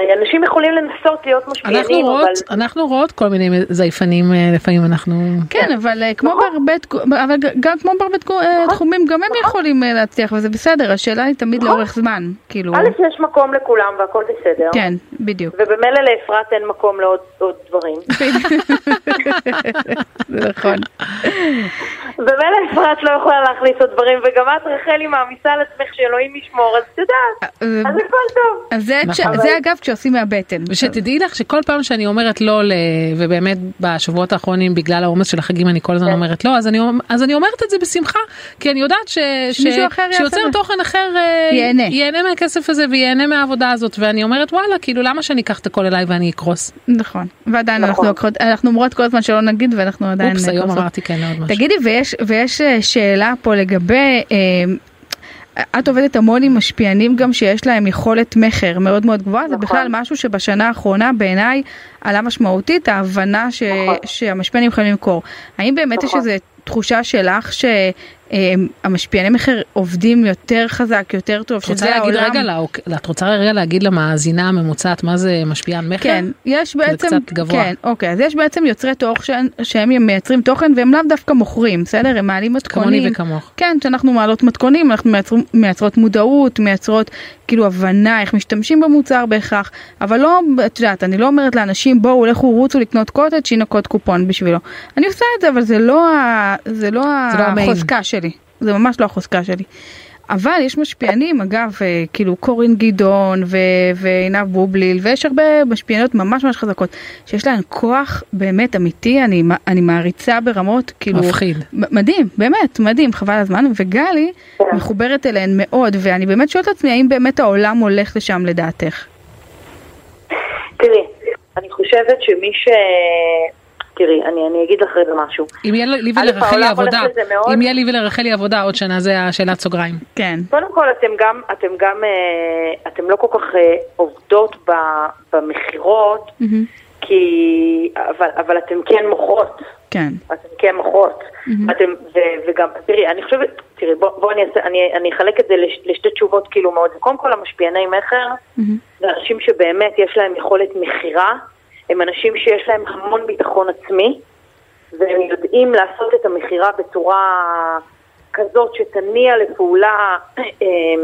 [SPEAKER 1] ואנשים יכולים לנסות להיות
[SPEAKER 2] אנחנו
[SPEAKER 1] משפיענים, אבל...
[SPEAKER 2] רואות, אנחנו רואות כל מיני זייפנים אה, לפעמים אנחנו...
[SPEAKER 3] כן, אבל אה, כמו בהרבה תקו- אבל ג- גם כמו בהרבה תקו- אה, תחומים, גם הם יכולים אה, להצליח, וזה בסדר, השאלה היא תמיד
[SPEAKER 1] נכון.
[SPEAKER 3] לאורך זמן. כאילו,
[SPEAKER 1] א', לא. יש מקום לכולם והכל בסדר,
[SPEAKER 3] כן, בדיוק.
[SPEAKER 1] ובמילא לאפרת אין מקום לעוד עוד דברים.
[SPEAKER 3] זה נכון.
[SPEAKER 1] במילא אפרת לא יכולה להכניס עוד דברים, וגם את רחלי מעמיסה על עצמך שאלוהים ישמור, אז את
[SPEAKER 3] אה,
[SPEAKER 1] יודעת, אז הכל טוב.
[SPEAKER 3] אז זה, כש...
[SPEAKER 2] נכון.
[SPEAKER 3] זה אגב כשעושים מהבטן.
[SPEAKER 2] ושתדעי לך שכל פעם שאני אומרת לא, ל... ובאמת בשבועות האחרונים בגלל העומס של החגים אני כל
[SPEAKER 3] כן.
[SPEAKER 2] הזמן אומרת לא, אז אני, אומ- אז אני אומרת את זה בשמחה, כי אני יודעת ש...
[SPEAKER 3] שמישהו אחר יעשה
[SPEAKER 2] שיוצר
[SPEAKER 3] את זה.
[SPEAKER 2] תוכן אחר אה,
[SPEAKER 3] ייהנה.
[SPEAKER 2] ייהנה מהכסף הזה וייהנה מהעבודה הזאת, ואני אומרת וואלה, כאילו למה שאני אקח את הכל אליי ואני אקרוס?
[SPEAKER 3] נכון. ועדיין
[SPEAKER 1] נכון.
[SPEAKER 3] אנחנו, לוקחות- אנחנו אומרות כל הזמן שלא נגיד ואנחנו עדיין...
[SPEAKER 2] אופס, היום
[SPEAKER 3] כוסות.
[SPEAKER 2] אמרתי כן לעוד משהו.
[SPEAKER 3] תגידי, ויש, ויש אה, שאלה פה לגבי... אה, את עובדת המון עם משפיענים גם שיש להם יכולת מכר מאוד מאוד גבוהה, זה
[SPEAKER 1] נכון.
[SPEAKER 3] בכלל משהו שבשנה האחרונה בעיניי עלה משמעותית, ההבנה ש...
[SPEAKER 1] נכון.
[SPEAKER 3] שהמשפיענים יכולים למכור. האם באמת יש
[SPEAKER 1] נכון.
[SPEAKER 3] איזה תחושה שלך שהמשפיעני מכר עובדים יותר חזק, יותר טוב,
[SPEAKER 2] את רוצה להגיד רגע, לאוק- את רוצה רגע להגיד למאזינה הממוצעת מה זה משפיען מכר?
[SPEAKER 3] כן, יש בעצם,
[SPEAKER 2] כאילו, קצת גבוה.
[SPEAKER 3] כן, אוקיי, אז יש בעצם יוצרי תוכן שהם מייצרים תוכן והם לאו דווקא מוכרים, בסדר? הם מעלים מתכונים.
[SPEAKER 2] כמוני וכמוך.
[SPEAKER 3] כן, כשאנחנו מעלות מתכונים, אנחנו מייצרים, מייצרות מודעות, מייצרות כאילו הבנה איך משתמשים במוצר בהכרח, אבל לא, את יודעת, אני לא אומרת לאנשים בואו לכו רוצו לקנות קוטג' הנה קוד קופון בשבילו. אני עושה את זה, אבל זה לא, ה- זה לא
[SPEAKER 2] זה לא המיין.
[SPEAKER 3] החוזקה שלי, זה ממש לא החוזקה שלי. אבל יש משפיענים, אגב, אה, כאילו קורין גדעון ו- ועינב בובליל, ויש הרבה משפיעניות ממש ממש חזקות, שיש להן כוח באמת אמיתי, אני, מ- אני מעריצה ברמות, כאילו...
[SPEAKER 2] מפחיד.
[SPEAKER 3] מ- מדהים, באמת, מדהים, חבל על הזמן, וגלי
[SPEAKER 1] כן.
[SPEAKER 3] מחוברת אליהן מאוד, ואני באמת שואלת את עצמי, האם באמת העולם הולך לשם לדעתך?
[SPEAKER 1] תראי, אני חושבת שמי ש... תראי, אני, אני אגיד לך רגע משהו.
[SPEAKER 2] אם יהיה לי
[SPEAKER 1] א',
[SPEAKER 3] לא
[SPEAKER 2] ולרחלי
[SPEAKER 1] העולם הולך
[SPEAKER 2] עבודה,
[SPEAKER 1] לזה מאוד.
[SPEAKER 2] אם יהיה לי ולרחלי עבודה עוד שנה זה השאלת סוגריים.
[SPEAKER 3] כן.
[SPEAKER 1] קודם כל, אתם גם, אתם גם, אה, אתם לא כל כך אה, עובדות ב, במכירות, כי... אבל, אבל אתם כן מוכרות.
[SPEAKER 3] כן.
[SPEAKER 1] אתם כן מוכרות. אתם, ו, וגם, תראי, אני חושבת, תראי, בואו בוא אני, אעשה- אני, אני אחלק את זה לש, לשתי תשובות כאילו מאוד. קודם כל, המשפיעני מכר, זה אנשים שבאמת יש להם יכולת מכירה, הם אנשים שיש להם המון ביטחון עצמי, והם יודעים לעשות את המכירה בצורה כזאת שתניע לפעולה אמ,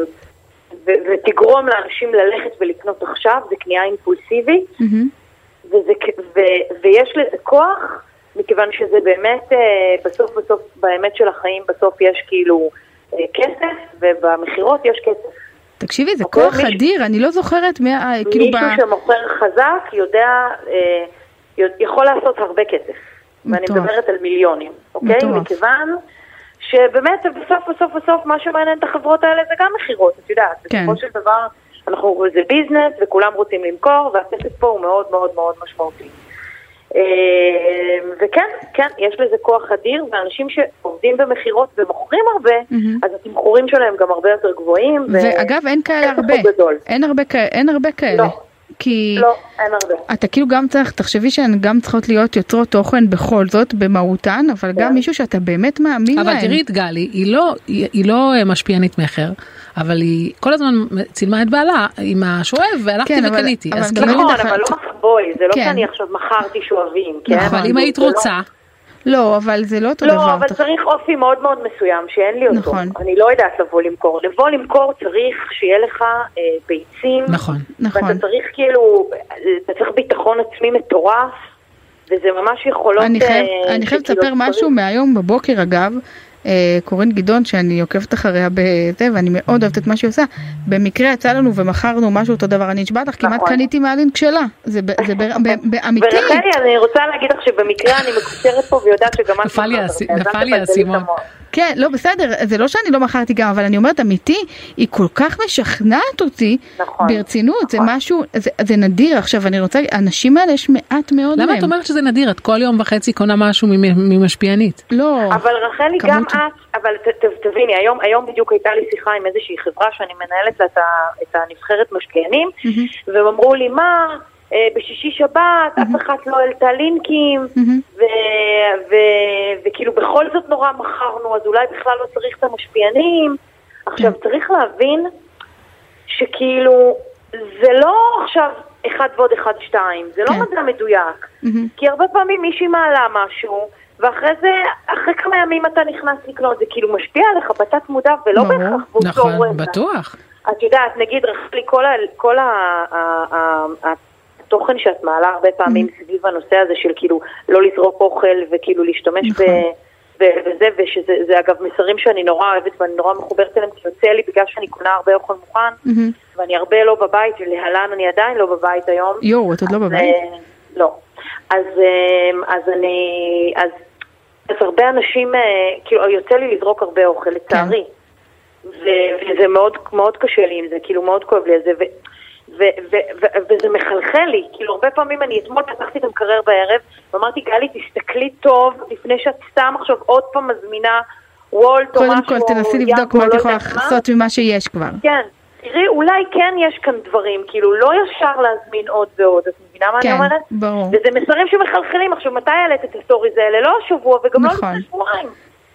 [SPEAKER 1] ו- ותגרום לאנשים ללכת ולקנות עכשיו, זה קנייה אימפולסיבית.
[SPEAKER 3] מהמם.
[SPEAKER 1] וזה, כ- ו, ויש לזה כוח, מכיוון שזה באמת, אה, בסוף בסוף, באמת של החיים, בסוף יש כאילו אה, כסף, ובמכירות יש כסף.
[SPEAKER 3] תקשיבי, זה
[SPEAKER 1] אוקיי,
[SPEAKER 3] כוח
[SPEAKER 1] מישהו-
[SPEAKER 3] אדיר, אני לא זוכרת מי, ה- כאילו, ב...
[SPEAKER 1] מישהו שמוכר חזק יודע, אה, י- יכול לעשות הרבה כסף. ואני
[SPEAKER 3] מטורף.
[SPEAKER 1] מדברת על מיליונים, אוקיי?
[SPEAKER 3] מטורף.
[SPEAKER 1] מכיוון שבאמת בסוף בסוף בסוף מה שמעניין את החברות האלה זה גם מכירות, את יודעת.
[SPEAKER 3] כן.
[SPEAKER 1] בסופו של דבר אנחנו, זה ביזנס וכולם רוצים למכור והכסף פה הוא מאוד מאוד מאוד משמעותי. אה, וכן, כן, יש לזה כוח אדיר, ואנשים שעובדים במכירות ומוכרים הרבה,
[SPEAKER 3] מהמם.
[SPEAKER 1] אז התמחורים שלהם גם הרבה יותר גבוהים. ו-
[SPEAKER 3] ואגב, אין כאלה
[SPEAKER 1] כסף הוא
[SPEAKER 3] הרבה.
[SPEAKER 1] גדול.
[SPEAKER 3] אין הרבה כאלה, אין הרבה כאלה.
[SPEAKER 1] לא.
[SPEAKER 3] כי...
[SPEAKER 1] לא, אין הרבה.
[SPEAKER 3] אתה כאילו גם צריך, תחשבי שהן גם צריכות להיות יוצרות תוכן בכל זאת, במהותן, אבל
[SPEAKER 1] כן.
[SPEAKER 3] גם מישהו שאתה באמת מאמין להן.
[SPEAKER 2] אבל תראי את גלי, היא לא, היא, היא לא אה, משפיענית מכר, אבל היא כל הזמן צילמה את בעלה עם השואב והלכתי
[SPEAKER 3] כן, אבל-
[SPEAKER 2] וקניתי.
[SPEAKER 3] אבל
[SPEAKER 2] אז
[SPEAKER 3] גם
[SPEAKER 2] כאילו,
[SPEAKER 3] אני
[SPEAKER 1] נכון,
[SPEAKER 3] יודעת,
[SPEAKER 1] אבל לא
[SPEAKER 3] את-
[SPEAKER 1] מחבוי, זה לא
[SPEAKER 3] כן. נכון,
[SPEAKER 1] שאני עכשיו מכרתי שואבים, כן?
[SPEAKER 2] אבל אם היית
[SPEAKER 1] זה לא-
[SPEAKER 2] רוצה,
[SPEAKER 3] לא, אבל זה לא אותו דבר.
[SPEAKER 1] לא, אבל
[SPEAKER 3] אתה-
[SPEAKER 1] צריך אופי מאוד מאוד מסוים שאין לי אותו.
[SPEAKER 3] נכון.
[SPEAKER 1] אני לא יודעת לבוא למכור. לבוא למכור צריך שיהיה לך אה, ביצים.
[SPEAKER 2] נכון.
[SPEAKER 3] נכון.
[SPEAKER 1] ואתה צריך כאילו, אתה צריך ביטחון עצמי מטורף, וזה ממש יכולות...
[SPEAKER 3] אני חייב-
[SPEAKER 1] אה,
[SPEAKER 3] אני חייבת
[SPEAKER 1] שכאילו
[SPEAKER 3] לספר
[SPEAKER 1] צריך-
[SPEAKER 3] משהו מהיום בבוקר אגב. אה, קורין גדעון שאני עוקבת אחריה בזה ואני מאוד אוהבת את מה שהיא עושה במקרה יצא לנו ומכרנו משהו אותו דבר אני נשבעת לך כמעט
[SPEAKER 1] נכון.
[SPEAKER 3] קניתי מהלינק שלה זה ב- זה ב- ב- באמיתי
[SPEAKER 1] ורחלי, אני רוצה להגיד לך שבמקרה אני מקושרת פה ויודעת שגם את...
[SPEAKER 2] נפל לי
[SPEAKER 1] מכרת,
[SPEAKER 2] האסי-
[SPEAKER 1] אז אל
[SPEAKER 2] נפל לי
[SPEAKER 1] תבלבלי את
[SPEAKER 2] האסימון.
[SPEAKER 1] המוח.
[SPEAKER 3] כן לא בסדר זה לא שאני לא מכרתי גם אבל אני אומרת אמיתי היא כל כך משכנעת אותי
[SPEAKER 1] נכון.
[SPEAKER 3] ברצינות זה
[SPEAKER 1] נכון.
[SPEAKER 3] משהו זה- זה נדיר עכשיו אני רוצה הנשים האלה יש מעט מאוד מהם
[SPEAKER 2] למה את אומרת שזה נדיר? את כל יום וחצי קונה משהו ממ- ממשפיענית.
[SPEAKER 3] לא
[SPEAKER 1] אבל רחלי,
[SPEAKER 3] כמות-
[SPEAKER 1] גם את, אבל ת, ת, תביני, היום, היום בדיוק הייתה לי שיחה עם איזושהי חברה שאני מנהלת לה את, ה- את הנבחרת משקיענים, והם אמרו לי, מה, אה, בשישי שבת אף אחת לא העלתה לינקים,
[SPEAKER 3] מהמם.
[SPEAKER 1] ו, ו, וכאילו בכל זאת נורא מכרנו, אז אולי בכלל לא צריך את המשפיענים. עכשיו, צריך להבין שכאילו, זה לא עכשיו אחד ועוד אחד שתיים, זה לא
[SPEAKER 3] כן.
[SPEAKER 1] מדע מדויק.
[SPEAKER 3] מהמם.
[SPEAKER 1] כי הרבה פעמים מישהי מעלה משהו, ואחרי זה, אחרי כמה ימים אתה נכנס לקנות, זה כאילו משפיע עליך בתת מודע, ולא
[SPEAKER 3] ברור.
[SPEAKER 1] בהכרח באותו
[SPEAKER 2] נכון,
[SPEAKER 1] רגע.
[SPEAKER 2] בטוח.
[SPEAKER 1] את יודעת, נגיד, רחלי, כל, ה, כל ה, ה, ה, ה, התוכן שאת מעלה הרבה פעמים סביב הנושא הזה של כאילו לא לזרוק אוכל וכאילו להשתמש
[SPEAKER 3] נכון.
[SPEAKER 1] ב... ו- וזה, ושזה זה, אגב מסרים שאני נורא אוהבת ואני נורא מחוברת אליהם, כי יוצא לי בגלל שאני קונה הרבה אוכל מוכן,
[SPEAKER 3] מהמם.
[SPEAKER 1] ואני הרבה לא בבית, ולהלן אני עדיין לא בבית היום.
[SPEAKER 3] יואו את עוד לא
[SPEAKER 1] אז,
[SPEAKER 3] בבית
[SPEAKER 1] אה, לא. אז, אה, אז אני... אז, אז הרבה אנשים, אה, כאילו, יוצא לי לזרוק הרבה אוכל,
[SPEAKER 3] כן.
[SPEAKER 1] לצערי. ו- וזה מאוד, מאוד קשה לי עם זה, כאילו, מאוד כואב לי על זה. ו- ו- ו- ו- וזה מחלחל לי, כאילו הרבה פעמים אני אתמול פתחתי את המקרר בערב ואמרתי גלי תסתכלי טוב לפני שאת סתם עכשיו עוד פעם מזמינה וולט או משהו.
[SPEAKER 3] קודם כל
[SPEAKER 1] או
[SPEAKER 3] תנסי
[SPEAKER 1] יאפ
[SPEAKER 3] לבדוק
[SPEAKER 1] או
[SPEAKER 3] מה את
[SPEAKER 1] לא
[SPEAKER 3] יכולה
[SPEAKER 1] יודעת מה.
[SPEAKER 3] לעשות ממה שיש כבר.
[SPEAKER 1] כן, תראי, אולי כן יש כאן דברים, כאילו לא ישר להזמין עוד ועוד, את מבינה מה
[SPEAKER 3] כן,
[SPEAKER 1] אני אומרת?
[SPEAKER 3] ברור.
[SPEAKER 1] וזה מסרים שמחלחלים, עכשיו מתי העלית את הסטוריז האלה? לא השבוע וגם
[SPEAKER 3] נכון.
[SPEAKER 1] לא לפני שבועיים.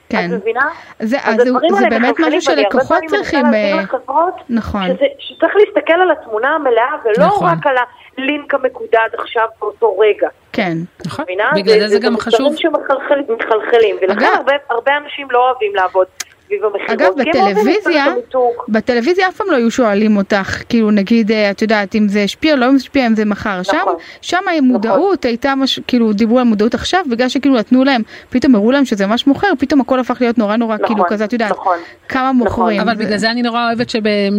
[SPEAKER 3] כן.
[SPEAKER 1] את מבינה?
[SPEAKER 3] זה-
[SPEAKER 1] אז
[SPEAKER 3] אז הוא-
[SPEAKER 1] הדברים
[SPEAKER 3] זה
[SPEAKER 1] האלה
[SPEAKER 3] באמת
[SPEAKER 1] מחלחלים,
[SPEAKER 3] משהו
[SPEAKER 1] ואני הרבה
[SPEAKER 3] שלקוחות
[SPEAKER 1] פעמים מנסה
[SPEAKER 3] צריכים,
[SPEAKER 1] להסביר
[SPEAKER 3] אה,
[SPEAKER 1] לחברות
[SPEAKER 3] נכון.
[SPEAKER 1] שזה, שצריך להסתכל על התמונה המלאה, ולא
[SPEAKER 2] נכון.
[SPEAKER 1] רק על הלינק המקודד עכשיו באותו רגע.
[SPEAKER 3] כן.
[SPEAKER 2] נכון?
[SPEAKER 1] מבינה?
[SPEAKER 2] בגלל זה זה גם חשוב.
[SPEAKER 1] דברים שמחלחלים, מחלחלים, ולכן
[SPEAKER 3] אגב-
[SPEAKER 1] הרבה, הרבה אנשים לא אוהבים לעבוד סביב המכירות.
[SPEAKER 3] אגב,
[SPEAKER 1] כי הם אוהבים את
[SPEAKER 3] בטלוויזיה,
[SPEAKER 1] מערכת המיתוג.
[SPEAKER 3] בטלוויזיה אף פעם לא היו שואלים אותך, כאילו נגיד, אה, את יודעת, אם זה השפיע, לא השפיע, אם זה מחר. שם,
[SPEAKER 1] נכון.
[SPEAKER 3] שם המודעות הייתה, מש, כאילו, דיברו על מודעות עכשיו, בגלל שכאילו נתנו להם, פתאום הראו להם שזה ממש מוכר, פתאום הכל הפך להיות נורא נורא,
[SPEAKER 1] נכון,
[SPEAKER 3] כאילו, כזה, את יודעת,
[SPEAKER 1] נכון.
[SPEAKER 3] כמה מוכרים.
[SPEAKER 2] אבל בגלל זה אני נורא אוהבת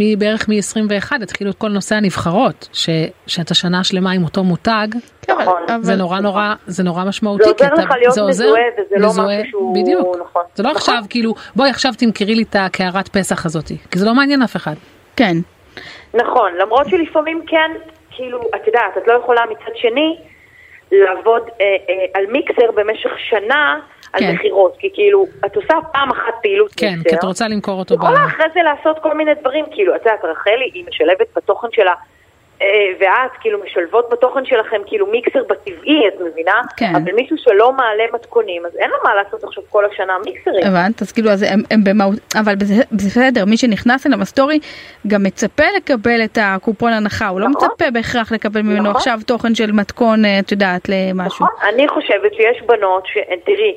[SPEAKER 2] שבערך מ-21 התחילו את כל נושא הנבחרות, ש- שאתה שנה שלמה עם אותו מותג,
[SPEAKER 3] כן, אבל-
[SPEAKER 1] נכון.
[SPEAKER 3] אבל-
[SPEAKER 2] זה נורא נורא, זה נורא משמעותי.
[SPEAKER 1] זה עוזר
[SPEAKER 2] כי אתה-
[SPEAKER 1] לך להיות
[SPEAKER 2] זה עוזר
[SPEAKER 1] מזוהה, וזה לא
[SPEAKER 2] מזוהה,
[SPEAKER 1] משהו שהוא-
[SPEAKER 2] בדיוק.
[SPEAKER 1] נכון.
[SPEAKER 2] זה לא
[SPEAKER 1] נכון.
[SPEAKER 2] עכשיו כאילו, בואי עכשיו תמכרי לי את הקערת פסח הזאת, כי זה לא מעניין אף אחד.
[SPEAKER 3] כן.
[SPEAKER 1] נכון, למרות שלפעמים כן, כאילו, את יודעת, את לא יכולה מצד שני לעבוד אה, אה, על מיקסר במשך שנה על
[SPEAKER 3] כן.
[SPEAKER 1] מכירות, כי כאילו, את עושה פעם אחת פעילות
[SPEAKER 2] כן,
[SPEAKER 1] מיקסר.
[SPEAKER 2] כי את רוצה למכור אותו ב...
[SPEAKER 1] יכולה אחרי זה לעשות כל מיני דברים, כאילו, את יודעת, רחלי, היא משלבת בתוכן שלה, אה, ואת, כאילו, משלבות בתוכן שלכם, כאילו, מיקסר בטבעי, את מבינה?
[SPEAKER 3] כן.
[SPEAKER 1] אבל מישהו שלא מעלה מתכונים, אז אין לה מה לעשות עכשיו כל השנה מיקסרים.
[SPEAKER 3] הבנת? אז כאילו, אז הם, הם במהות, אבל בזה- בסדר, מי שנכנס אליו הסטורי גם מצפה לקבל את הקופון הנחה, הוא לא
[SPEAKER 1] נכון.
[SPEAKER 3] מצפה בהכרח לקבל ממנו
[SPEAKER 1] נכון.
[SPEAKER 3] עכשיו תוכן של מתכון, אה, את יודעת, למשהו.
[SPEAKER 1] נכון? אני חושבת שיש בנות, ש... אה, תראי,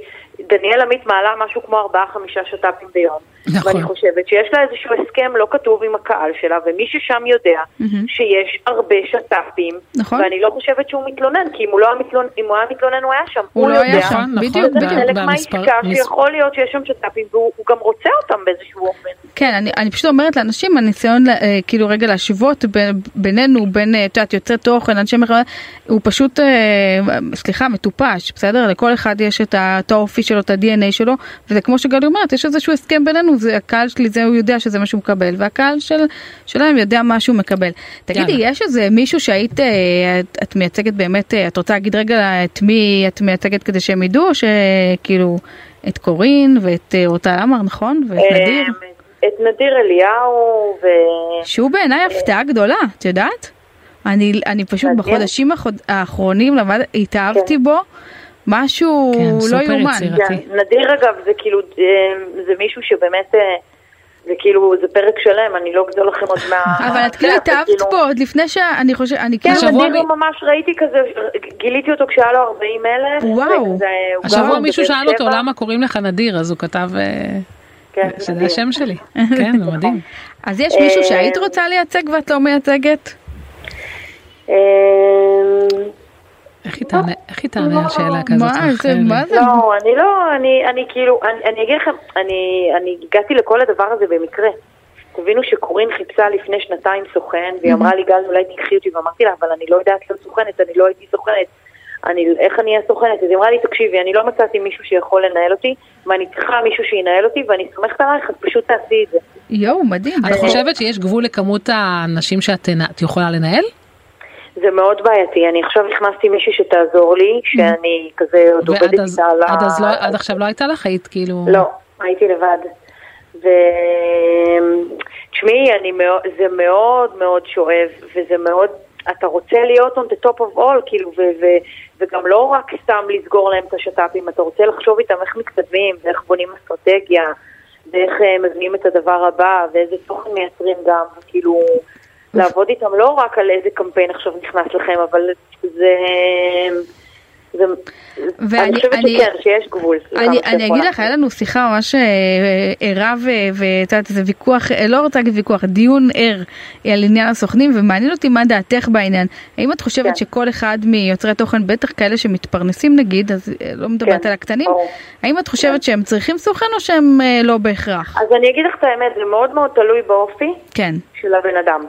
[SPEAKER 1] דניאל עמית מעלה משהו כמו ארבעה-חמישה שת"פים ביום.
[SPEAKER 2] נכון.
[SPEAKER 1] ואני חושבת שיש לה איזשהו הסכם לא כתוב עם הקהל שלה, ומי ששם יודע
[SPEAKER 3] מהמם.
[SPEAKER 1] שיש הרבה שת"פים.
[SPEAKER 3] נכון.
[SPEAKER 1] ואני לא חושבת שהוא מתלונן, כי אם הוא לא היה מתלונן, אם הוא היה מתלונן, הוא היה שם.
[SPEAKER 3] הוא לא היה
[SPEAKER 1] יודע.
[SPEAKER 3] שם.
[SPEAKER 2] נכון, נכון.
[SPEAKER 3] בדיוק,
[SPEAKER 1] זה
[SPEAKER 3] בדיוק.
[SPEAKER 1] חלק
[SPEAKER 2] במספר-
[SPEAKER 1] מהעסקה,
[SPEAKER 2] מס-
[SPEAKER 1] שיכול להיות שיש שם שת"פים, והוא הוא גם רוצה אותם באיזשהו אופן.
[SPEAKER 3] כן, אני, אני פשוט אומרת לאנשים, הניסיון אה, כאילו רגע להשוות ב, בינינו, בין, אה, את יודעת, יוצרי תוכן, אנשי מכירות, הוא פשוט, אה, סליחה, מטופש, בסדר? לכל אחד יש את ה- את האופי שלו, את ה-DNA שלו, וזה כמו שגלי אומרת, יש איזשהו הסכם בינינו, זה, הקהל שלי, זה הוא יודע שזה מה שהוא מקבל, והקהל של, שלהם יודע מה שהוא מקבל. תגידי,
[SPEAKER 2] יאללה.
[SPEAKER 3] יש איזה מישהו שהיית, אה, את, את מייצגת באמת, אה, את רוצה להגיד רגע את מי את מייצגת כדי שהם ידעו, או שכאילו... את קורין ואת אה, רוטל עמר, נכון? ואת נדיר?
[SPEAKER 1] אה, את נדיר אליהו, ו...
[SPEAKER 3] שהוא בעיניי הפתעה גדולה, את יודעת? אני, אני פשוט
[SPEAKER 1] מעניין.
[SPEAKER 3] בחודשים החוד... האחרונים למד, התאהבתי בו משהו
[SPEAKER 2] כן,
[SPEAKER 3] לא
[SPEAKER 2] סופר
[SPEAKER 3] יאומן.
[SPEAKER 2] יצירתי.
[SPEAKER 1] כן, נדיר אגב, זה כאילו, אה, זה מישהו שבאמת, אה, זה כאילו, זה פרק שלם, אני לא אגזול לכם עוד מה...
[SPEAKER 3] אבל את כאילו
[SPEAKER 1] זה,
[SPEAKER 3] התאהבת
[SPEAKER 1] כאילו-
[SPEAKER 3] בו עוד לפני שאני חושבת, אני
[SPEAKER 1] כן,
[SPEAKER 3] כאילו-
[SPEAKER 2] השבוע
[SPEAKER 1] נדיר הוא
[SPEAKER 2] מי-
[SPEAKER 1] ממש ראיתי כזה, גיליתי אותו כשהיה לו 40 אלף.
[SPEAKER 3] וואו.
[SPEAKER 2] השבוע מישהו שאל אותו למה קוראים לך נדיר, אז הוא כתב אה,
[SPEAKER 1] כן,
[SPEAKER 2] שזה השם שלי. כן,
[SPEAKER 1] נכון.
[SPEAKER 2] זה מדהים.
[SPEAKER 3] אז יש מישהו
[SPEAKER 1] אה,
[SPEAKER 3] שהיית רוצה לייצג ואת לא מייצגת?
[SPEAKER 1] אמ,
[SPEAKER 2] איך היא תענה- איך היא תענה על שאלה כזאת?
[SPEAKER 3] מה זה,
[SPEAKER 2] רחלי?
[SPEAKER 3] מה זה?
[SPEAKER 1] לא, אני לא, אני, אני כאילו, אני, אני אגיד לכם, אני, אני הגעתי לכל הדבר הזה במקרה. תבינו שקורין חיפשה לפני שנתיים סוכן, והיא אמרה לי, גל, אולי תיקחי אותי, ואמרתי לה, אבל אני לא יודעת להיות סוכנת, אני לא הייתי סוכנת. אני, איך אני אהיה סוכנת? אז היא אמרה לי, תקשיבי, אני לא מצאתי מישהו שיכול לנהל אותי, ואני צריכה מישהו שינהל אותי, ואני סומכת עלייך, אז פשוט תעשי את זה.
[SPEAKER 3] יואו, מדהים.
[SPEAKER 2] את חושבת שיש גבול לכמות האנשים שאת תנ- את יכולה לנהל?
[SPEAKER 1] זה מאוד בעייתי, אני עכשיו הכנסתי מישהי שתעזור לי, שאני כזה עוד עובדת
[SPEAKER 2] ועד אז-
[SPEAKER 1] איתה על ה...
[SPEAKER 2] עד אז לא- עד עכשיו לא הייתה לך, היית כאילו...
[SPEAKER 1] לא, הייתי לבד. ו... תשמעי, אני מאוד, זה מאוד מאוד שואב, וזה מאוד, אתה רוצה להיות on the top of all, כאילו, ו, ו, וגם לא רק סתם לסגור להם את השת"פים, אתה רוצה לחשוב איתם איך מתכתבים, ואיך בונים אסטרטגיה, ואיך אה, מביאים את הדבר הבא, ואיזה תוכן מייצרים גם, כאילו, לעבוד איתם לא רק על איזה קמפיין עכשיו נכנס לכם, אבל זה... זה
[SPEAKER 3] ואני-
[SPEAKER 1] אני חושבת
[SPEAKER 3] אני-
[SPEAKER 1] שכן, שיש גבול.
[SPEAKER 3] אני,
[SPEAKER 1] לכמה
[SPEAKER 3] אני
[SPEAKER 1] שיכול
[SPEAKER 3] אגיד לך,
[SPEAKER 1] לעשות.
[SPEAKER 3] היה לנו שיחה ממש אה, אה, ערה ו- ואת יודעת, איזה ויכוח, אה, לא רוצה להגיד ויכוח, דיון ער אה, על עניין הסוכנים, ומעניין אותי מה דעתך בעניין. האם את חושבת
[SPEAKER 1] כן.
[SPEAKER 3] שכל אחד מיוצרי תוכן, בטח כאלה שמתפרנסים נגיד, אז אה, לא מדברת
[SPEAKER 1] כן,
[SPEAKER 3] על הקטנים,
[SPEAKER 1] ברור. כן.
[SPEAKER 3] האם את חושבת שהם צריכים סוכן או שהם אה, לא בהכרח?
[SPEAKER 1] אז אני אגיד לך את האמת, זה מאוד מאוד תלוי באופי
[SPEAKER 3] כן,
[SPEAKER 1] של הבן אדם,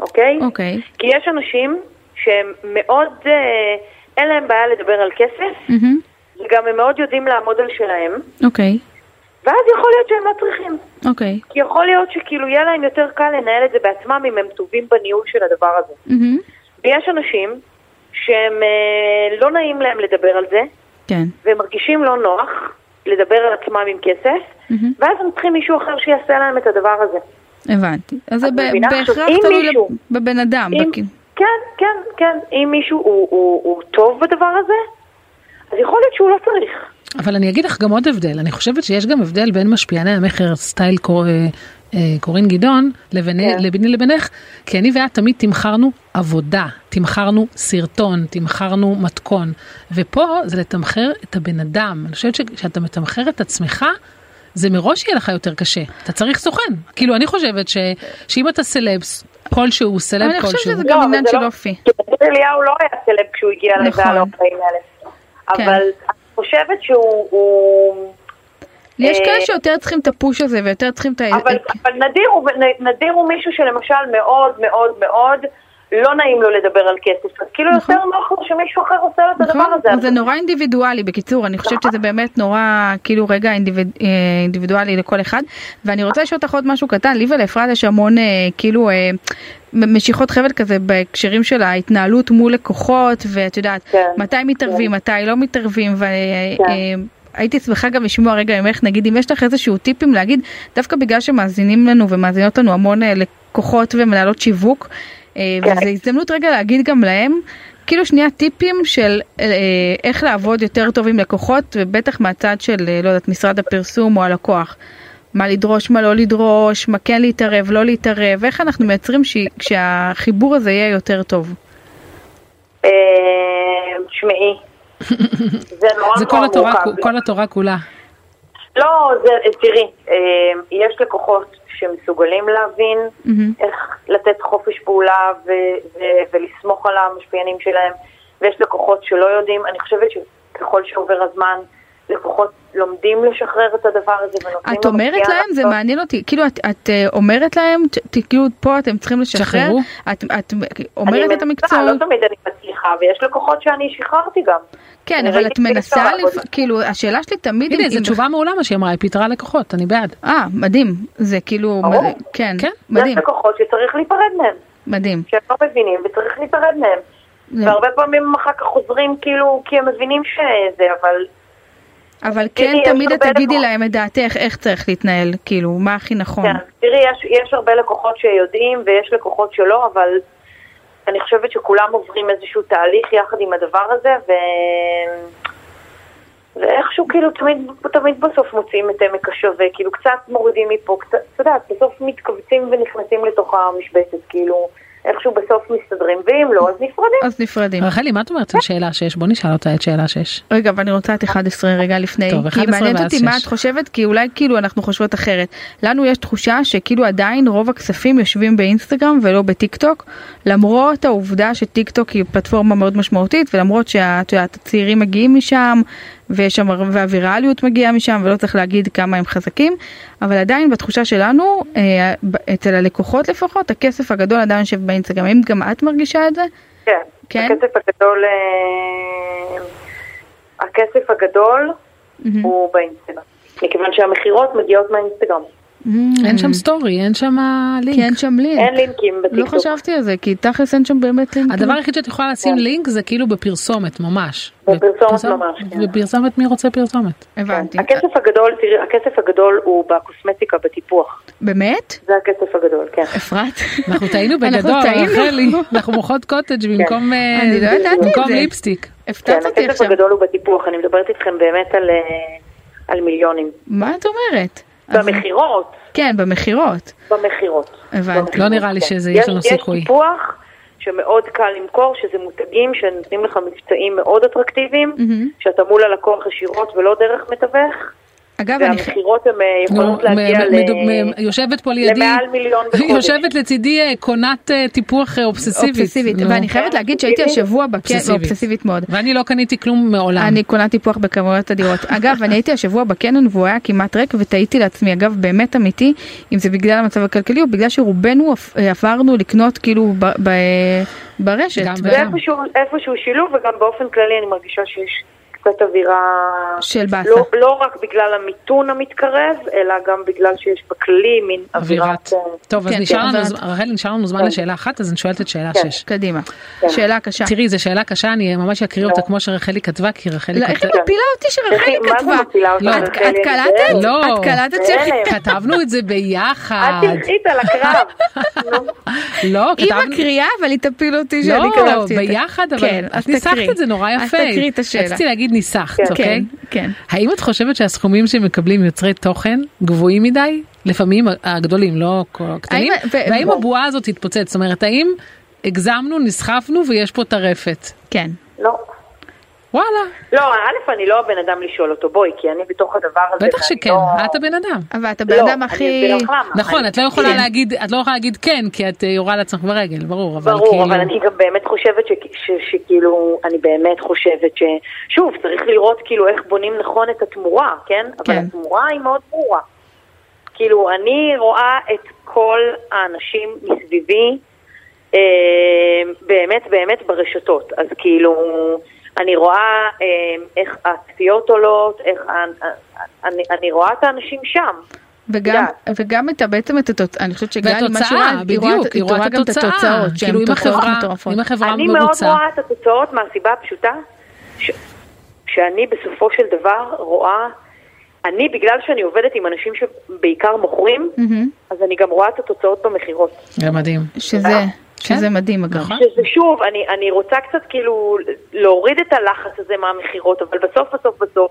[SPEAKER 1] אוקיי?
[SPEAKER 3] אוקיי.
[SPEAKER 1] כי יש אנשים שהם מאוד, אה, אין להם בעיה לדבר על כסף,
[SPEAKER 3] מהמם,
[SPEAKER 1] וגם הם מאוד יודעים לעמוד על שלהם,
[SPEAKER 3] אוקיי,
[SPEAKER 1] ואז יכול להיות שהם לא צריכים.
[SPEAKER 3] אוקיי.
[SPEAKER 1] כי יכול להיות שכאילו יהיה להם יותר קל לנהל את זה בעצמם אם הם טובים בניהול של הדבר הזה.
[SPEAKER 3] מהמם,
[SPEAKER 1] ויש אנשים שהם אה, לא נעים להם לדבר על זה,
[SPEAKER 3] כן.
[SPEAKER 1] והם מרגישים לא נוח לדבר על עצמם עם כסף,
[SPEAKER 3] מהמם.
[SPEAKER 1] ואז הם צריכים מישהו אחר שיעשה להם את הדבר הזה.
[SPEAKER 3] הבנתי, אז זה
[SPEAKER 1] את
[SPEAKER 3] ב-
[SPEAKER 1] מבינה? עכשיו,
[SPEAKER 3] בהכרח
[SPEAKER 1] אם
[SPEAKER 3] תלוי
[SPEAKER 1] מישהו-
[SPEAKER 3] לב- בבן אדם,
[SPEAKER 1] אם-
[SPEAKER 3] בכ-
[SPEAKER 1] כן, כן, כן. אם מישהו הוא, הוא, הוא טוב בדבר הזה, אז יכול להיות שהוא לא צריך.
[SPEAKER 2] אבל אני אגיד לך גם עוד הבדל, אני חושבת שיש גם הבדל בין משפיעני המכר סטייל קור, אה, אה, קורין גדעון לביני,
[SPEAKER 1] כן.
[SPEAKER 2] לביני לבינך, כי אני ואת תמיד תמכרנו עבודה, תמכרנו סרטון, תמכרנו מתכון, ופה זה לתמחר את הבן אדם, אני חושבת שכשאתה מתמחר את עצמך, זה מראש יהיה לך יותר קשה, אתה צריך סוכן, כאילו אני חושבת ש, שאם אתה סלבס, כלשהו, סלב
[SPEAKER 3] אבל אני חושבת
[SPEAKER 2] כלשהו,
[SPEAKER 3] שזה
[SPEAKER 1] לא,
[SPEAKER 3] גם
[SPEAKER 1] אבל
[SPEAKER 3] עניין
[SPEAKER 1] זה
[SPEAKER 3] של
[SPEAKER 1] לא-
[SPEAKER 3] אופי.
[SPEAKER 1] כי דוד אליהו לא היה סלב כשהוא הגיע
[SPEAKER 3] אה. נכון.
[SPEAKER 1] לבעל 40,000.
[SPEAKER 3] כן.
[SPEAKER 1] אבל אני חושבת שהוא... הוא...
[SPEAKER 3] יש
[SPEAKER 1] אה,
[SPEAKER 3] כאלה שיותר צריכים את הפוש הזה ויותר צריכים את ה... אה,
[SPEAKER 1] אבל, אבל נדיר, הוא, נדיר הוא מישהו שלמשל מאוד מאוד מאוד לא נעים לו לדבר על כסף. אז כאילו
[SPEAKER 3] נכון.
[SPEAKER 1] יותר נוח לו שמישהו אחר עושה לו את הדבר
[SPEAKER 3] נכון?
[SPEAKER 1] הזה.
[SPEAKER 3] אז זה נורא אינדיבידואלי, בקיצור, אני חושבת שזה באמת נורא, כאילו רגע אינדיביד, אה, אינדיבידואלי לכל אחד. ואני רוצה לשאול אותך עוד משהו קטן, לי ולאפרת יש המון אה, כאילו אה, מ- משיכות חבל כזה בהקשרים של ההתנהלות מול לקוחות, ואת יודעת,
[SPEAKER 1] כן.
[SPEAKER 3] מתי מתערבים, מתי לא מתערבים, ו... אה,
[SPEAKER 1] כן.
[SPEAKER 3] אה, הייתי שמחה גם לשמוע רגע ממך, נגיד אם יש לך איזשהו טיפים להגיד, דווקא בגלל שמאזינים לנו ומאזינות לנו המון אה, לקוחות ומנהלות שיווק, אה,
[SPEAKER 1] כן.
[SPEAKER 3] וזו הזדמנות רגע להגיד גם להם, כאילו שנייה טיפים של אה, איך לעבוד יותר טוב עם לקוחות, ובטח מהצד של, אה, לא יודעת, משרד הפרסום או הלקוח. מה לדרוש, מה לא לדרוש, מה כן להתערב, לא להתערב, איך אנחנו מייצרים ש... שהחיבור הזה יהיה יותר טוב.
[SPEAKER 1] אה, שמעי. זה נורא
[SPEAKER 2] זה כל
[SPEAKER 1] נורא
[SPEAKER 2] התורה,
[SPEAKER 1] מורכב.
[SPEAKER 2] כל התורה כולה.
[SPEAKER 1] לא, זה, תראי, אה, יש לקוחות שמסוגלים להבין
[SPEAKER 3] מהמם.
[SPEAKER 1] איך לתת חופש פעולה ו- ו- ולסמוך על המשפיענים שלהם, ויש לקוחות שלא יודעים. אני חושבת שככל שעובר הזמן, לקוחות לומדים לשחרר את הדבר הזה ונותנים...
[SPEAKER 3] את אומרת
[SPEAKER 1] למשפיען
[SPEAKER 3] להם, זה
[SPEAKER 1] לעשות.
[SPEAKER 3] מעניין אותי, כאילו את, את אה, אומרת להם, ת- ת- כאילו פה אתם צריכים לשחרר,
[SPEAKER 2] שחררו.
[SPEAKER 3] את, את
[SPEAKER 1] אני
[SPEAKER 3] אומרת את
[SPEAKER 1] מנסה,
[SPEAKER 3] המקצועיות,
[SPEAKER 1] לא תמיד אני מצליחה, ויש לקוחות שאני שחררתי גם.
[SPEAKER 3] כן,
[SPEAKER 1] אני
[SPEAKER 3] אבל
[SPEAKER 1] ראיתי
[SPEAKER 3] את
[SPEAKER 1] שאי אפשר
[SPEAKER 3] מנסה,
[SPEAKER 1] לעבוד.
[SPEAKER 3] לפ- כאילו השאלה שלי תמיד,
[SPEAKER 2] הנה,
[SPEAKER 3] אם-
[SPEAKER 2] זו
[SPEAKER 3] אם-
[SPEAKER 2] תשובה מעולה מה שהיא אמרה, היא פיטרה לקוחות, אני בעד.
[SPEAKER 3] אה, מדהים, זה כאילו,
[SPEAKER 1] נכון. ברור.
[SPEAKER 3] מד- כן,
[SPEAKER 2] כן.
[SPEAKER 3] מדהים,
[SPEAKER 1] יש לקוחות שצריך להיפרד מהם,
[SPEAKER 3] מדהים.
[SPEAKER 1] שהם לא מבינים וצריך להיפרד מהם.
[SPEAKER 3] זה-
[SPEAKER 1] והרבה פעמים הם אחר כך חוזרים כאילו כי הם מבינים שזה, אבל
[SPEAKER 3] אבל כן
[SPEAKER 1] תראי, יש
[SPEAKER 3] תמיד את
[SPEAKER 1] הרבה
[SPEAKER 3] תגידי
[SPEAKER 1] לקוחות.
[SPEAKER 3] להם את דעתך איך צריך להתנהל, כאילו, מה הכי נכון.
[SPEAKER 1] כן, תראי, יש, יש הרבה לקוחות שיודעים ויש לקוחות שלא, אבל אני חושבת שכולם עוברים איזשהו תהליך יחד עם הדבר הזה, ו... ואיכשהו כאילו תמיד, תמיד בסוף מוצאים את עמק השווה, כאילו קצת מורידים מפה, קצת, את יודעת, בסוף מתכווצים ונכנסים לתוך המשבצת, כאילו איכשהו בסוף מסתדרים, ואם לא, אז נפרדים.
[SPEAKER 3] אז נפרדים.
[SPEAKER 2] רחלי, מה את אומרת על שאלה 6? בוא נשאל אותה את שאלה 6.
[SPEAKER 1] אמ.
[SPEAKER 3] רגע, אבל אני רוצה את 11 רגע לפני,
[SPEAKER 2] טוב,
[SPEAKER 3] כי
[SPEAKER 2] 11
[SPEAKER 3] מעניין
[SPEAKER 2] ואז
[SPEAKER 3] אותי מה את
[SPEAKER 2] שש.
[SPEAKER 3] חושבת, כי אולי כאילו אנחנו חושבות אחרת. לנו יש תחושה שכאילו עדיין רוב הכספים יושבים באינסטגרם ולא בטיק טוק, למרות העובדה שטיק טוק היא פלטפורמה מאוד משמעותית, ולמרות שאת יודעת, הצעירים מגיעים משם, ויש שם, הר- והוויראליות מגיעה משם, ולא צריך להגיד כמה הם חזקים, אבל עדיין בתחושה שלנו, אה, ב- אצל הלקוחות לפחות, הכסף הגדול עדיין יושב באינסטגרם. האם גם את מרגישה את זה?
[SPEAKER 1] כן.
[SPEAKER 3] כן?
[SPEAKER 1] הכסף הגדול, אה, הכסף הגדול הוא באינסטגרם, מכיוון שהמכירות מגיעות מהאינסטגרם.
[SPEAKER 2] אין שם סטורי, אין שם
[SPEAKER 3] Mm. כי
[SPEAKER 2] לינק.
[SPEAKER 3] אין שם לינק.
[SPEAKER 1] אין לינקים
[SPEAKER 3] לא
[SPEAKER 1] בטיקטוק.
[SPEAKER 3] חשבתי על זה, כי תכלס אין שם באמת לינק.
[SPEAKER 2] הדבר היחיד שאת יכולה לשים
[SPEAKER 1] כן.
[SPEAKER 2] לינק זה כאילו בפרסומת ממש.
[SPEAKER 1] בפרסומת
[SPEAKER 2] בפרסומת-
[SPEAKER 1] ממש, כן.
[SPEAKER 2] בפרסומת מי רוצה פרסומת?
[SPEAKER 3] הבנתי.
[SPEAKER 1] הכסף הגדול, תראי, הכסף הגדול הוא בקוסמטיקה, בטיפוח.
[SPEAKER 3] באמת?
[SPEAKER 1] זה הכסף הגדול, כן.
[SPEAKER 3] אפרת?
[SPEAKER 2] אנחנו טעינו כן, בגדול,
[SPEAKER 3] אנחנו טעינו.
[SPEAKER 2] רחלי, אנחנו מוכרות קוטג' במקום אה,
[SPEAKER 3] אני לא ידעתי את
[SPEAKER 2] במקום
[SPEAKER 3] זה.
[SPEAKER 2] ליפסטיק.
[SPEAKER 1] כן,
[SPEAKER 3] הפתעת אותי
[SPEAKER 1] הכסף
[SPEAKER 3] עכשיו.
[SPEAKER 1] הגדול הוא בטיפוח, אני מדברת איתכם באמת על, אה, על מיליונים.
[SPEAKER 3] מה את אומרת? אז-
[SPEAKER 1] במכירות,
[SPEAKER 3] כן, במכירות.
[SPEAKER 1] במכירות.
[SPEAKER 3] הבנתי.
[SPEAKER 1] במכירות,
[SPEAKER 2] לא נראה לי
[SPEAKER 1] כן.
[SPEAKER 2] שזה- יש לנו סיכוי.
[SPEAKER 1] יש טיפוח שמאוד קל למכור, שזה מותגים שנותנים לך מבצעים מאוד אטרקטיביים,
[SPEAKER 3] מהמם.
[SPEAKER 1] שאתה מול הלקוח ישירות ולא דרך מתווך,
[SPEAKER 3] אגב, אני... ח-
[SPEAKER 1] והמכירות הן אה, יכולות
[SPEAKER 2] נו,
[SPEAKER 1] להגיע
[SPEAKER 2] מ-
[SPEAKER 1] ל...
[SPEAKER 2] מ- מ- יושבת פה לידי,
[SPEAKER 1] למעל מיליון בחודש.
[SPEAKER 2] יושבת לצידי אה, קונת אה, טיפוח אה, אובססיבית.
[SPEAKER 3] אובססיבית.
[SPEAKER 2] נו.
[SPEAKER 3] ואני חייבת להגיד שהייתי
[SPEAKER 1] אובססיבית?
[SPEAKER 3] השבוע בכנס,
[SPEAKER 2] אובססיבית.
[SPEAKER 3] אובססיבית מאוד.
[SPEAKER 2] ואני לא קניתי כלום מעולם.
[SPEAKER 3] אני קונה טיפוח בכמויות אדירות. אגב, אני הייתי השבוע בקנון והוא היה כמעט ריק ותהיתי לעצמי, אגב, באמת אמיתי, אם זה בגלל המצב הכלכלי או בגלל שרובנו עפ- עברנו לקנות כאילו ב- ב- ברשת.
[SPEAKER 2] גם
[SPEAKER 3] ב-
[SPEAKER 1] זה
[SPEAKER 2] וגם.
[SPEAKER 1] איפשהו, איפשהו שילוב, וגם באופן כללי אני מרגישה שיש קצת אווירה...
[SPEAKER 3] של באסה.
[SPEAKER 1] לא, לא רק בגלל המיתון המתקרב, אלא גם בגלל שיש בכללי מין
[SPEAKER 2] אווירת.
[SPEAKER 1] אווירת... אה,
[SPEAKER 2] טוב, אז
[SPEAKER 3] כן,
[SPEAKER 2] נשאר
[SPEAKER 3] כן,
[SPEAKER 2] לנו,
[SPEAKER 3] אווירת.
[SPEAKER 2] זמן- רחל, נשאר לנו זמן
[SPEAKER 1] כן.
[SPEAKER 2] לשאלה אחת, אז אני שואלת את שאלה
[SPEAKER 1] כן.
[SPEAKER 2] 6.
[SPEAKER 3] קדימה.
[SPEAKER 1] כן.
[SPEAKER 3] שאלה קשה.
[SPEAKER 2] תראי, זו שאלה קשה, אני ממש אקריא אותה כמו שרחלי כתבה, כי רחלי
[SPEAKER 3] לא, איך היא
[SPEAKER 2] כתבה...
[SPEAKER 3] מפילה אותי שרחלי
[SPEAKER 1] איך היא- מה זה
[SPEAKER 3] כתבה? לא,
[SPEAKER 1] מפילה אותך,
[SPEAKER 3] את-
[SPEAKER 1] רחלי?
[SPEAKER 3] את קלטת?
[SPEAKER 2] לא.
[SPEAKER 3] את קלטת ש...
[SPEAKER 1] הלם.
[SPEAKER 2] כתבנו את זה ביחד.
[SPEAKER 1] את תלחית על הקרב. נו,
[SPEAKER 2] לא,
[SPEAKER 3] היא
[SPEAKER 2] כתבנו...
[SPEAKER 3] מקריאה אבל היא תפיל אותי שאני
[SPEAKER 2] לא,
[SPEAKER 3] כתבתי את זה.
[SPEAKER 2] ביחד, אבל
[SPEAKER 3] כן,
[SPEAKER 2] את
[SPEAKER 3] אז
[SPEAKER 2] ניסחת
[SPEAKER 3] תקריא.
[SPEAKER 2] את זה נורא יפה.
[SPEAKER 3] אז תקריא את השאלה.
[SPEAKER 2] רציתי להגיד ניסחת,
[SPEAKER 1] כן.
[SPEAKER 2] אוקיי?
[SPEAKER 3] כן.
[SPEAKER 2] האם את חושבת שהסכומים שמקבלים יוצרי תוכן גבוהים מדי? לפעמים הגדולים, לא כל הקטנים.
[SPEAKER 3] האם- ו-
[SPEAKER 2] והאם
[SPEAKER 3] ו-
[SPEAKER 2] הבועה הזאת תתפוצץ? זאת אומרת, האם הגזמנו, נסחפנו ויש פה טרפת?
[SPEAKER 3] כן.
[SPEAKER 1] לא.
[SPEAKER 2] וואלה,
[SPEAKER 1] לא, א', אני לא הבן אדם לשאול אותו, בואי, כי אני בתוך הדבר הזה.
[SPEAKER 2] בטח
[SPEAKER 1] ואני
[SPEAKER 2] שכן,
[SPEAKER 1] לא-
[SPEAKER 2] את הבן אדם.
[SPEAKER 3] אבל אתה בן
[SPEAKER 1] לא,
[SPEAKER 3] אדם
[SPEAKER 1] אני
[SPEAKER 3] הכי...
[SPEAKER 1] אסביר לך למה.
[SPEAKER 2] נכון,
[SPEAKER 1] אני-
[SPEAKER 2] את לא יכולה
[SPEAKER 1] כן.
[SPEAKER 2] להגיד, את לא יכולה להגיד כן, כי את אה, יורה על עצמך ברגל, ברור, אבל
[SPEAKER 1] ברור,
[SPEAKER 2] כאילו...
[SPEAKER 1] אבל אני גם באמת חושבת ש- ש- שכאילו, אני באמת חושבת ש... שוב, צריך לראות כאילו איך בונים נכון את התמורה, כן? אבל
[SPEAKER 3] כן.
[SPEAKER 1] התמורה היא מאוד ברורה. כאילו, אני רואה את כל האנשים מסביבי אה, באמת באמת ברשתות. אז כאילו, אני רואה אה, איך הצפיות עולות, איך... ה- ה- אני, אני רואה את האנשים שם.
[SPEAKER 3] וגם, וגם את ה- בעצם את התוצאה, אני חושבת שגל, עם מה שהיא רואה,
[SPEAKER 2] והתוצאה,
[SPEAKER 3] היא רואה-
[SPEAKER 2] בדיוק, היא רואה את
[SPEAKER 3] גם
[SPEAKER 2] התוצאה.
[SPEAKER 3] התוצאות, שהן
[SPEAKER 2] כאילו אם
[SPEAKER 3] תוצאות
[SPEAKER 2] החברה,
[SPEAKER 3] מטורפות.
[SPEAKER 2] אם החברה
[SPEAKER 3] לא
[SPEAKER 1] אני מאוד
[SPEAKER 2] מרוצה,
[SPEAKER 1] רואה את התוצאות מהסיבה הפשוטה ש... שאני בסופו של דבר רואה, אני בגלל שאני עובדת עם אנשים שבעיקר מוכרים,
[SPEAKER 3] מהמם.
[SPEAKER 1] אז אני גם רואה את התוצאות במכירות.
[SPEAKER 2] זה מדהים.
[SPEAKER 3] שזה,
[SPEAKER 1] אה,
[SPEAKER 2] כן.
[SPEAKER 3] שזה מדהים אגב.
[SPEAKER 2] נכון.
[SPEAKER 1] שזה שוב, אני, אני רוצה קצת כאילו להוריד את הלחץ הזה מהמכירות, אבל בסוף בסוף בסוף,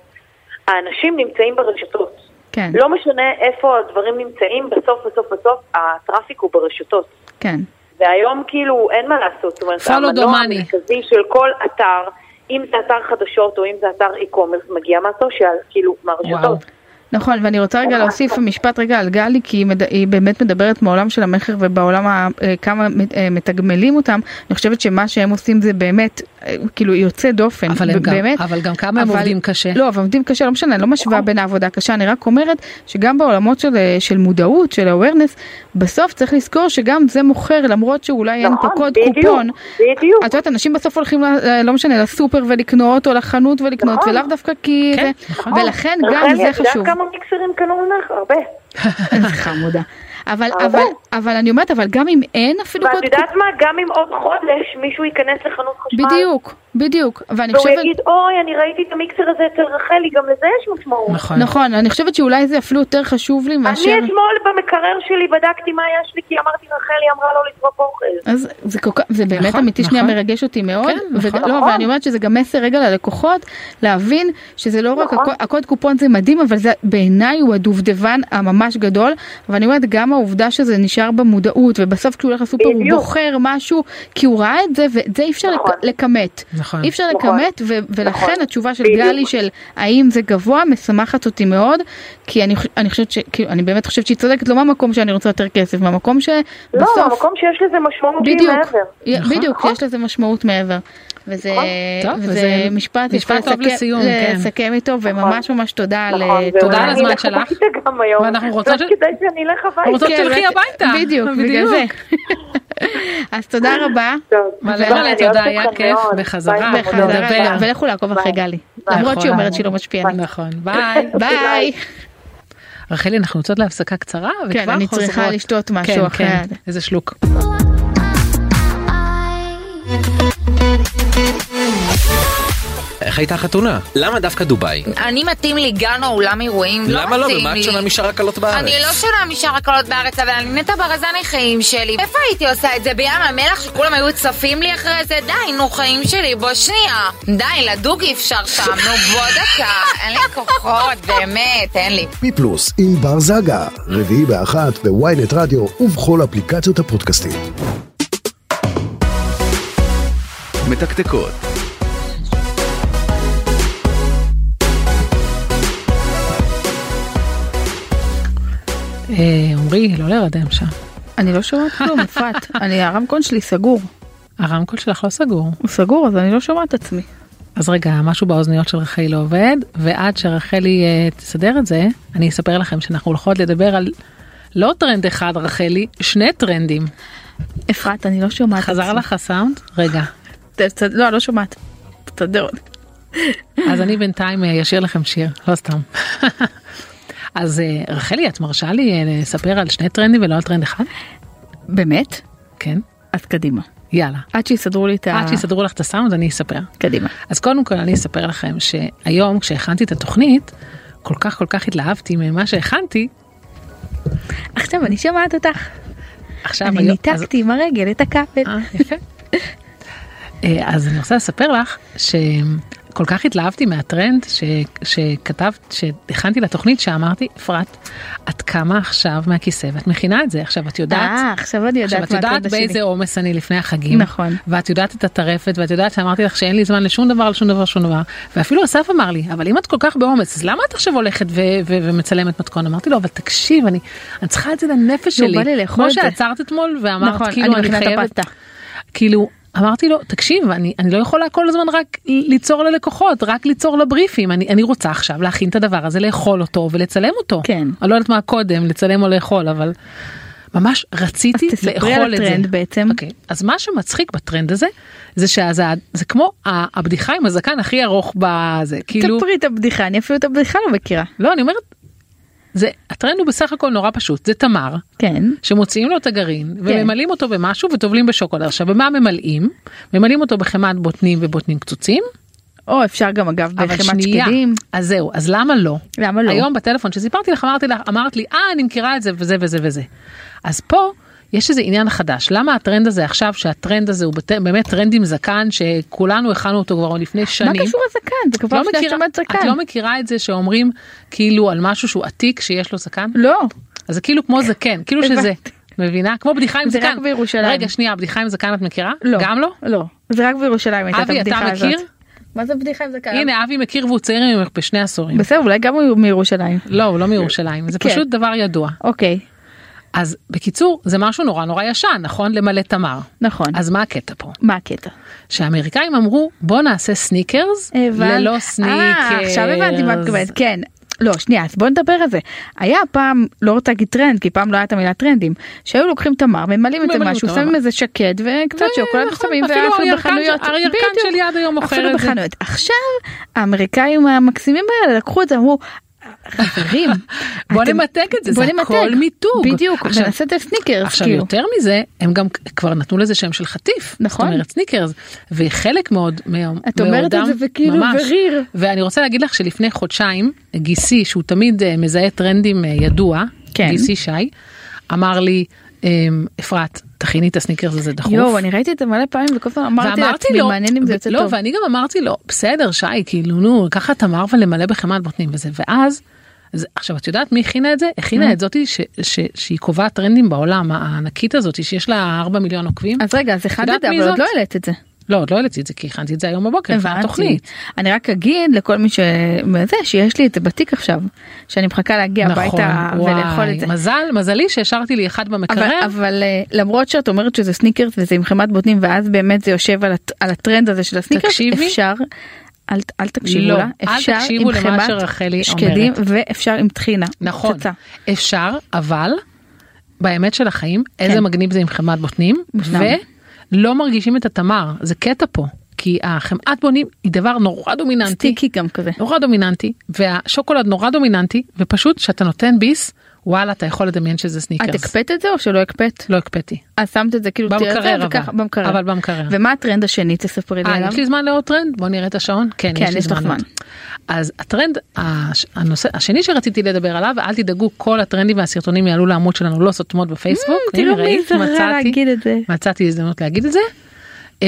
[SPEAKER 1] האנשים נמצאים ברשתות.
[SPEAKER 3] כן,
[SPEAKER 1] לא משנה איפה הדברים נמצאים, בסוף בסוף בסוף הטראפיק הוא ברשתות.
[SPEAKER 3] כן.
[SPEAKER 1] והיום כאילו אין מה לעשות, זאת אומרת,
[SPEAKER 2] Follow the
[SPEAKER 1] המנוע
[SPEAKER 2] money.
[SPEAKER 1] המרכזי של כל אתר, אם זה אתר חדשות או אם זה אתר e-commerce, מגיע מהסו, כאילו
[SPEAKER 2] וואו.
[SPEAKER 1] מהרשתות.
[SPEAKER 3] נכון, ואני רוצה רגע להוסיף משפט רגע על גלי, כי היא, מד... היא באמת מדברת מעולם של המכר ובעולם ה... אה, כמה מת- אה, מתגמלים אותם. אני חושבת שמה שהם עושים זה באמת, אה, כאילו, יוצא דופן.
[SPEAKER 2] אבל הם
[SPEAKER 3] ב-
[SPEAKER 2] גם-
[SPEAKER 3] באמת.
[SPEAKER 2] אבל אוקיי. גם כמה הם
[SPEAKER 3] אבל-
[SPEAKER 2] עובדים קשה.
[SPEAKER 3] לא, אבל עובדים קשה, לא משנה, אני לא משווה בין העבודה הקשה, אני רק אומרת שגם בעולמות של, אה, של מודעות, של awareness, בסוף צריך לזכור שגם זה מוכר, למרות שאולי אין פה
[SPEAKER 1] נכון,
[SPEAKER 3] קוד
[SPEAKER 1] בדיוק,
[SPEAKER 3] קופון.
[SPEAKER 1] בדיוק.
[SPEAKER 3] את יודעת, אנשים בסוף הולכים, ל- ל- לא משנה, לסופר ולקנות, או לחנות ולקנות,
[SPEAKER 1] נכון.
[SPEAKER 3] ולאו דווקא כי...
[SPEAKER 2] כן,
[SPEAKER 3] זה-
[SPEAKER 2] נכון.
[SPEAKER 3] ולכן גם
[SPEAKER 1] רחלי,
[SPEAKER 3] זה
[SPEAKER 1] את יודעת
[SPEAKER 3] חשוב.
[SPEAKER 1] כמה מיקסרים קנו ממך? הרבה.
[SPEAKER 3] איזה חמודה. אבל,
[SPEAKER 1] הרבה.
[SPEAKER 3] אבל, אבל אני אומרת, אבל גם אם אין אפילו
[SPEAKER 1] כן. ואת
[SPEAKER 3] קוד
[SPEAKER 1] יודעת מה? גם אם עוד חודש מישהו ייכנס לחנות חשמל,
[SPEAKER 3] בדיוק, בדיוק. ואני
[SPEAKER 1] והוא
[SPEAKER 3] חושבת...
[SPEAKER 1] יגיד, אוי, אני ראיתי את המיקסר הזה אצל רחלי, גם לזה יש משמעות.
[SPEAKER 2] נכון.
[SPEAKER 3] נכון, אני חושבת שאולי זה אפילו יותר חשוב לי מאשר...
[SPEAKER 1] אני אתמול במקרר שלי בדקתי מה יש לי, כי אמרתי, רחלי אמרה לא לזרוק אוכל.
[SPEAKER 3] אז זה כל כך, זה באמת
[SPEAKER 2] נכון,
[SPEAKER 3] אמיתי שנייה
[SPEAKER 2] נכון.
[SPEAKER 3] מרגש אותי מאוד,
[SPEAKER 2] כן, נכון.
[SPEAKER 3] ולא,
[SPEAKER 1] נכון.
[SPEAKER 3] ואני אומרת שזה גם מסר רגע ללקוחות, להבין שזה לא רק,
[SPEAKER 1] נכון.
[SPEAKER 3] הקוד, הקוד קופון זה מדהים, אבל זה בעיניי הוא הדובדבן הממש גדול, ואני אומרת גם העובדה שזה נשאר במודעות, ובסוף כשהוא הולך לסופר הוא
[SPEAKER 1] בדיוק.
[SPEAKER 3] בוחר משהו, כי הוא ראה את זה, ואת זה אי אפשר
[SPEAKER 1] נכון.
[SPEAKER 3] לק- לכמת.
[SPEAKER 2] נכון.
[SPEAKER 3] אי אפשר
[SPEAKER 1] נכון.
[SPEAKER 3] לכמת, ו- ולכן
[SPEAKER 1] נכון.
[SPEAKER 3] התשובה של
[SPEAKER 1] בדיוק.
[SPEAKER 3] גלי של האם זה גבוה משמחת אותי מאוד, כי אני חוש- אני חושבת ש... כאילו, אני באמת חושבת שהיא צודקת, לא מהמקום שאני רוצה יותר כסף, מהמקום
[SPEAKER 1] לא,
[SPEAKER 3] שבסוף...
[SPEAKER 1] המקום שיש לזה משמעות היא
[SPEAKER 3] בדיוק,
[SPEAKER 1] מעבר.
[SPEAKER 3] י-
[SPEAKER 2] נכון.
[SPEAKER 3] בדיוק, יש לזה משמעות מעבר. וזה
[SPEAKER 1] נכון.
[SPEAKER 2] טוב,
[SPEAKER 3] וזה
[SPEAKER 2] וזה
[SPEAKER 3] משפט
[SPEAKER 2] משפט
[SPEAKER 3] יפה
[SPEAKER 2] טוב
[SPEAKER 3] לסכם-
[SPEAKER 2] לסיום, כן.
[SPEAKER 3] לסכם איתו, וממש ממש תודה על...
[SPEAKER 1] נכון,
[SPEAKER 3] תודה.
[SPEAKER 2] תודה על
[SPEAKER 1] ואולי
[SPEAKER 2] הזמן
[SPEAKER 1] אני אלך
[SPEAKER 2] שלך.
[SPEAKER 1] הביתה גם היום.
[SPEAKER 2] ואנחנו רוצות
[SPEAKER 1] טוב,
[SPEAKER 2] ש-
[SPEAKER 1] כדאי שאני אלך הביתה.
[SPEAKER 2] רוצות
[SPEAKER 3] כן,
[SPEAKER 2] תלכי
[SPEAKER 3] רק-
[SPEAKER 2] הביתה.
[SPEAKER 3] בדיוק, בגלל
[SPEAKER 2] בדיוק.
[SPEAKER 3] זה. אז תודה רבה.
[SPEAKER 1] טוב,
[SPEAKER 2] מלא
[SPEAKER 1] ביי,
[SPEAKER 2] מלא
[SPEAKER 1] אני
[SPEAKER 2] תודה,
[SPEAKER 1] אוהבת
[SPEAKER 2] היה
[SPEAKER 1] אתכם
[SPEAKER 2] כיף.
[SPEAKER 1] מאוד.
[SPEAKER 2] בחזרה.
[SPEAKER 3] אה,
[SPEAKER 1] ביי,
[SPEAKER 2] בחזרה.
[SPEAKER 1] מאוד.
[SPEAKER 2] נדבר.
[SPEAKER 3] בחזרה, ולכו לעקוב אחרי
[SPEAKER 1] ביי.
[SPEAKER 3] גלי.
[SPEAKER 1] ביי.
[SPEAKER 3] למרות שהיא
[SPEAKER 2] נכון.
[SPEAKER 3] אומרת שהיא לא משפיענית.
[SPEAKER 2] נכון, ביי.
[SPEAKER 3] ביי.
[SPEAKER 2] רחלי, אנחנו יוצאות להפסקה קצרה, וכבר
[SPEAKER 3] כן,
[SPEAKER 2] חוזרות.
[SPEAKER 3] אני צריכה לשתות משהו
[SPEAKER 2] כן,
[SPEAKER 3] אחרי
[SPEAKER 2] כן,
[SPEAKER 3] זה.
[SPEAKER 2] איזה שלוק.
[SPEAKER 5] איך הייתה החתונה? למה דווקא דובאי?
[SPEAKER 6] אני מתאים לי גן או אולם אירועים, לא
[SPEAKER 5] למה לא?
[SPEAKER 6] מתאים
[SPEAKER 5] במה
[SPEAKER 6] לי.
[SPEAKER 5] את שונה משאר הקלות בארץ?
[SPEAKER 6] אני לא שונה משאר הקלות בארץ, אבל אני נטע ברזני חיים שלי. איפה הייתי עושה את זה? בים המלח שכולם היו צפים לי אחרי זה? די, נו חיים שלי, בוא שנייה. די, לדוג אי אפשר שם, נו בוא דקה. אין לי כוחות, באמת, אין לי.
[SPEAKER 7] פי פלוס עם בר זגה, רביעי באחת בוויינט רדיו ובכל אפליקציות הפודקאסטים.
[SPEAKER 6] לא-
[SPEAKER 4] מתקתקות,
[SPEAKER 2] אה, עמרי, לא להירדם שם.
[SPEAKER 3] אני לא שומעת כלום, אפרת. אני- הרמקול שלי סגור.
[SPEAKER 2] הרמקול שלך לא סגור.
[SPEAKER 3] הוא סגור, אז אני לא שומעת את עצמי.
[SPEAKER 2] אז רגע, משהו באוזניות של רחלי לא עובד, ועד שרחלי אה, תסדר את זה, אני אספר לכם שאנחנו הולכות לדבר על לא טרנד אחד, רחלי, שני טרנדים.
[SPEAKER 3] אפרת, אני לא שומעת את עצמי.
[SPEAKER 2] חזר לך הסאונד? רגע.
[SPEAKER 3] ת- ת- לא, אני לא שומעת. תסדר עוד.
[SPEAKER 2] אז אני בינתיים אה, אשאיר לכם שיר, לא סתם. אז אה, רחלי, את מרשה לי אה, לספר על שני טרנדים ולא על טרנד אחד?
[SPEAKER 3] באמת?
[SPEAKER 2] כן.
[SPEAKER 3] אז קדימה.
[SPEAKER 2] יאללה.
[SPEAKER 3] עד שיסדרו לי את ה...
[SPEAKER 2] עד שיסדרו לך את הסאונד, אני אספר.
[SPEAKER 3] קדימה.
[SPEAKER 2] אז קודם כל אני אספר לכם שהיום כשהכנתי את התוכנית, כל כך כל כך התלהבתי ממה שהכנתי,
[SPEAKER 3] עכשיו אני שומעת אותך.
[SPEAKER 2] עכשיו לא-
[SPEAKER 3] אני
[SPEAKER 2] היום- אז-
[SPEAKER 3] ניתקתי עם הרגל את הכבל.
[SPEAKER 2] אה, יפה. אה, אז אני רוצה לספר לך כל כך התלהבתי מהטרנד ש, שכתבת, שהכנתי לתוכנית, שאמרתי, אפרת, את קמה עכשיו מהכיסא ואת מכינה את זה. עכשיו, את יודעת...
[SPEAKER 3] אה, עכשיו אני
[SPEAKER 2] עכשיו,
[SPEAKER 3] יודעת
[SPEAKER 2] את
[SPEAKER 3] מה
[SPEAKER 2] יודעת
[SPEAKER 3] הקטע שלי.
[SPEAKER 2] באיזה עומס אני לפני החגים,
[SPEAKER 3] נכון.
[SPEAKER 2] ואת יודעת את הטרפת, ואת יודעת שאמרתי לך שאין לי זמן לשום דבר, לשום דבר, שום דבר, ואפילו אסף אמר לי, אבל אם את כל כך בעומס, אז למה את עכשיו הולכת ו- ו- ומצלמת מתכון? אמרתי לו, אבל תקשיב, אני, אני צריכה את זה לנפש
[SPEAKER 3] לא,
[SPEAKER 2] שלי.
[SPEAKER 3] בא לי לאכול
[SPEAKER 2] כמו
[SPEAKER 3] את זה.
[SPEAKER 2] שעצרת אתמול ואמרת,
[SPEAKER 3] נכון,
[SPEAKER 2] כאילו,
[SPEAKER 3] אני
[SPEAKER 2] אני
[SPEAKER 3] מכינה את
[SPEAKER 2] חייבת...
[SPEAKER 3] הפסטה.
[SPEAKER 2] כאילו, אמרתי לו, תקשיב, אני, אני לא יכולה כל הזמן רק ליצור ללקוחות, רק ליצור לבריפים, אני, אני רוצה עכשיו להכין את הדבר הזה, לאכול אותו ולצלם אותו.
[SPEAKER 3] כן.
[SPEAKER 2] אני לא יודעת מה קודם, לצלם או לאכול, אבל ממש רציתי
[SPEAKER 3] אז תספרי
[SPEAKER 2] לאכול
[SPEAKER 3] על
[SPEAKER 2] את זה.
[SPEAKER 3] הטרנד בעצם.
[SPEAKER 2] אוקיי, אז מה שמצחיק בטרנד הזה, זה שזה זה כמו ה- הבדיחה עם הזקן הכי ארוך בזה, כאילו,
[SPEAKER 3] ספרי את הבדיחה, אני אפילו את הבדיחה לא מכירה.
[SPEAKER 2] לא, אני אומרת, זה, הטרנד הוא בסך הכל נורא פשוט, זה תמר.
[SPEAKER 3] כן.
[SPEAKER 2] שמוציאים לו את הגרעין וממלאים אותו במשהו וטובלים בשוקולד. עכשיו במה ממלאים? ממלאים אותו בחמת בוטנים ובוטנים קצוצים.
[SPEAKER 3] או אפשר גם אגב
[SPEAKER 2] אבל
[SPEAKER 3] בחמת
[SPEAKER 2] שנייה,
[SPEAKER 3] שקדים.
[SPEAKER 2] אז זהו, אז למה לא?
[SPEAKER 3] למה לא?
[SPEAKER 2] היום בטלפון שסיפרתי לך אמרתי לך, אמרת לי, אה אני מכירה את זה וזה וזה וזה. אז פה יש איזה עניין חדש, למה הטרנד הזה עכשיו, שהטרנד הזה הוא בת- באמת טרנד עם זקן שכולנו הכנו אותו כבר לפני
[SPEAKER 3] מה
[SPEAKER 2] שנים.
[SPEAKER 3] קשור הזקן? זה כבר פעם שנייה שומעת זקן.
[SPEAKER 2] את לא מכירה את זה שאומרים כאילו על משהו שהוא עתיק שיש לו זקן?
[SPEAKER 3] לא.
[SPEAKER 2] אז זה כאילו כמו זקן, כאילו
[SPEAKER 3] הבנתי.
[SPEAKER 2] שזה, מבינה? כמו בדיחה עם
[SPEAKER 3] זה
[SPEAKER 2] זקן.
[SPEAKER 3] רק בירושלים.
[SPEAKER 2] רגע, שנייה, בדיחה עם זקן את מכירה?
[SPEAKER 3] לא.
[SPEAKER 2] גם לא?
[SPEAKER 3] לא. זה רק בירושלים הייתה את
[SPEAKER 2] אבי, אתה
[SPEAKER 3] הבדיחה הזאת.
[SPEAKER 2] מכיר?
[SPEAKER 3] מה זה בדיחה עם זקן?
[SPEAKER 2] הנה, אבי מכיר והוא צעיר ממך בשני עשורים.
[SPEAKER 3] לא. בסדר, אולי גם הוא מירושלים.
[SPEAKER 2] לא, הוא לא מירושלים, זה
[SPEAKER 3] כן.
[SPEAKER 2] פשוט דבר ידוע.
[SPEAKER 3] אוקיי,
[SPEAKER 2] אז בקיצור, זה משהו נורא נורא ישן, נכון? למלא תמר.
[SPEAKER 3] נכון.
[SPEAKER 2] אז מה הקטע פה?
[SPEAKER 3] מה הקטע?
[SPEAKER 2] שהאמריקאים אמרו, בוא נעשה סניקרס
[SPEAKER 3] הבנ-
[SPEAKER 2] ללא
[SPEAKER 3] אה,
[SPEAKER 2] סניקרס.
[SPEAKER 3] עכשיו הבנתי מה את מתכוונת, כן. לא, שנייה, אז בוא נדבר על זה. היה פעם, לא רוצה להגיד טרנד, כי פעם לא הייתה מילה טרנדים, שהיו לוקחים תמר, ממלאים את זה
[SPEAKER 2] ממלאים
[SPEAKER 3] משהו,
[SPEAKER 2] אותו,
[SPEAKER 3] שמים
[SPEAKER 2] אבל-
[SPEAKER 3] איזה שקד וקצת
[SPEAKER 2] ו-
[SPEAKER 3] שוקולד
[SPEAKER 2] נכון,
[SPEAKER 3] ושמים,
[SPEAKER 2] אפילו
[SPEAKER 3] ואפילו
[SPEAKER 2] הירקן-
[SPEAKER 3] בחנויות.
[SPEAKER 2] הירקן
[SPEAKER 3] בדיוק.
[SPEAKER 2] שליד היום מוכר
[SPEAKER 3] אפילו
[SPEAKER 2] את זה.
[SPEAKER 3] בחנויות. עכשיו, האמריקאים המקסימים האלה לקחו את זה, אמרו, חברים,
[SPEAKER 2] בוא
[SPEAKER 3] אתם-
[SPEAKER 2] נמתג את זה, זה
[SPEAKER 3] בוא נמתג.
[SPEAKER 2] הכל מיתוג.
[SPEAKER 3] בדיוק,
[SPEAKER 2] עכשיו-
[SPEAKER 3] ונעשה את זה סניקרס,
[SPEAKER 2] עכשיו
[SPEAKER 3] כאילו.
[SPEAKER 2] יותר מזה הם גם כבר נתנו לזה שם של חטיף
[SPEAKER 3] נכון.
[SPEAKER 2] זאת אומרת סניקרס וחלק מאוד מה-
[SPEAKER 3] את אומרת את
[SPEAKER 2] מעודם-
[SPEAKER 3] זה וכאילו
[SPEAKER 2] ממש.
[SPEAKER 3] בריר.
[SPEAKER 2] ואני רוצה להגיד לך שלפני חודשיים גיסי שהוא תמיד אה, מזהה טרנדים אה, ידוע
[SPEAKER 3] כן.
[SPEAKER 2] גיסי שי אמר לי "אמ, אפרת תכיני את הסניקרס הזה דחוף.
[SPEAKER 3] יואו, אני ראיתי את זה מלא פעמים, וכל פעם אמרתי
[SPEAKER 2] ואמרתי
[SPEAKER 3] לעצמי,
[SPEAKER 2] לו-
[SPEAKER 3] מעניין אם זה יוצא
[SPEAKER 2] לא,
[SPEAKER 3] טוב.
[SPEAKER 2] ואני גם אמרתי לו, בסדר, שי, כאילו, נו, לקחת תמר ולמלא בחמת בוטנים וזה, ואז, אז, עכשיו, את יודעת מי הכינה את זה? הכינה את זאתי ש- ש- שהיא קובעת טרנדים בעולם, הענקית הזאת, שיש לה 4 מיליון עוקבים.
[SPEAKER 3] אז רגע, אז הכנת את
[SPEAKER 2] יודעת
[SPEAKER 3] זה,
[SPEAKER 2] מי
[SPEAKER 3] אבל עוד
[SPEAKER 2] זאת?
[SPEAKER 3] לא העלית את זה.
[SPEAKER 2] לא, עוד לא העליתי את זה, כי הכנתי את זה היום בבוקר, לפני התוכנית.
[SPEAKER 3] אני רק אגיד לכל מי ש... זה, שיש לי את זה בתיק עכשיו, שאני מחכה להגיע
[SPEAKER 2] נכון,
[SPEAKER 3] הביתה ולאכול את זה.
[SPEAKER 2] מזל, מזלי שהשארתי לי אחד
[SPEAKER 3] אבל,
[SPEAKER 2] במקרר.
[SPEAKER 3] אבל אה, למרות שאת אומרת שזה סניקרס וזה עם חמת בוטנים ואז באמת זה יושב על, הט- על הטרנד הזה של הסניקרס,
[SPEAKER 2] תקשיבי.
[SPEAKER 3] אפשר, אל, אל תקשיבו
[SPEAKER 2] לא,
[SPEAKER 3] לה,
[SPEAKER 2] אל
[SPEAKER 3] אפשר
[SPEAKER 2] תקשיבו
[SPEAKER 3] עם
[SPEAKER 2] למה
[SPEAKER 3] חמת
[SPEAKER 2] שרחלי
[SPEAKER 3] שקדים ואפשר עם טחינה,
[SPEAKER 2] נכון,
[SPEAKER 3] פצצה.
[SPEAKER 2] אפשר, אבל באמת של החיים, איזה
[SPEAKER 3] כן.
[SPEAKER 2] מגניב זה עם חמאת בוטנים,
[SPEAKER 3] מושלם.
[SPEAKER 2] ולא מרגישים את התמר, זה קטע פה, כי החמאת בוטנים היא דבר נורא דומיננטי,
[SPEAKER 3] סטיקי גם כזה.
[SPEAKER 2] נורא דומיננטי, והשוקולד נורא דומיננטי, ופשוט כשאתה נותן ביס, וואלה, אתה יכול לדמיין שזה
[SPEAKER 3] את
[SPEAKER 2] סניקרס.
[SPEAKER 3] הקפאת את זה או שלא הקפאת?
[SPEAKER 2] לא הקפאתי.
[SPEAKER 3] אז שמת את זה כאילו תראה את זה
[SPEAKER 2] במקרר אבל.
[SPEAKER 3] וככה, במקרר.
[SPEAKER 2] אבל במקרר.
[SPEAKER 3] ומה הטרנד השני תספרי לי
[SPEAKER 2] אה,
[SPEAKER 3] עליו?
[SPEAKER 2] יש לי זמן לעוד טרנד? בוא נראה את השעון. כן,
[SPEAKER 3] כן,
[SPEAKER 2] יש לי
[SPEAKER 3] יש לך
[SPEAKER 2] זמן. לעוד.
[SPEAKER 3] זמן.
[SPEAKER 2] אז הטרנד, הש- הנושא השני שרציתי לדבר עליו, ואל תדאגו, כל הטרנדים והסרטונים יעלו לעמוד שלנו לא סותמות בפייסבוק.
[SPEAKER 3] Mm, תראו
[SPEAKER 2] הנה,
[SPEAKER 3] מי
[SPEAKER 2] ראית?
[SPEAKER 3] זכה
[SPEAKER 2] מצאתי-
[SPEAKER 3] להגיד את זה.
[SPEAKER 2] מצאתי הזדמנות להגיד את זה. אמ,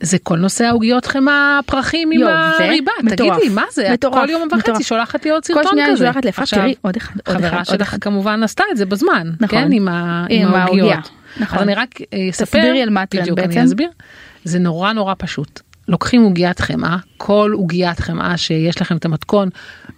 [SPEAKER 2] זה כל נושא העוגיות חמאה, הפרחים עם
[SPEAKER 3] יואו, זה
[SPEAKER 2] הריבה, תגיד
[SPEAKER 3] מטורף.
[SPEAKER 2] לי, מה זה? את
[SPEAKER 3] מטורף,
[SPEAKER 2] כל יום וחצי
[SPEAKER 3] מטורף.
[SPEAKER 2] שולחת לי עוד
[SPEAKER 3] כל
[SPEAKER 2] סרטון כזה.
[SPEAKER 3] שנייה אני שולחת לך,
[SPEAKER 2] עכשיו,
[SPEAKER 3] תראי, עוד אחד, עוד אחד,
[SPEAKER 2] חברה
[SPEAKER 3] עוד
[SPEAKER 2] שלך
[SPEAKER 3] אחד.
[SPEAKER 2] כמובן עשתה את זה בזמן,
[SPEAKER 3] נכון.
[SPEAKER 2] כן, עם ה-
[SPEAKER 3] עם
[SPEAKER 2] עם
[SPEAKER 3] העוגיה,
[SPEAKER 2] העוגיות.
[SPEAKER 3] נכון.
[SPEAKER 2] אז אני רק אה, אספר,
[SPEAKER 3] תסבירי על מה הטרנד
[SPEAKER 2] בדיוק,
[SPEAKER 3] בעצם.
[SPEAKER 2] אני אסביר. זה נורא נורא פשוט. לוקחים עוגיית חמאה, כל עוגיית חמאה שיש לכם את המתכון,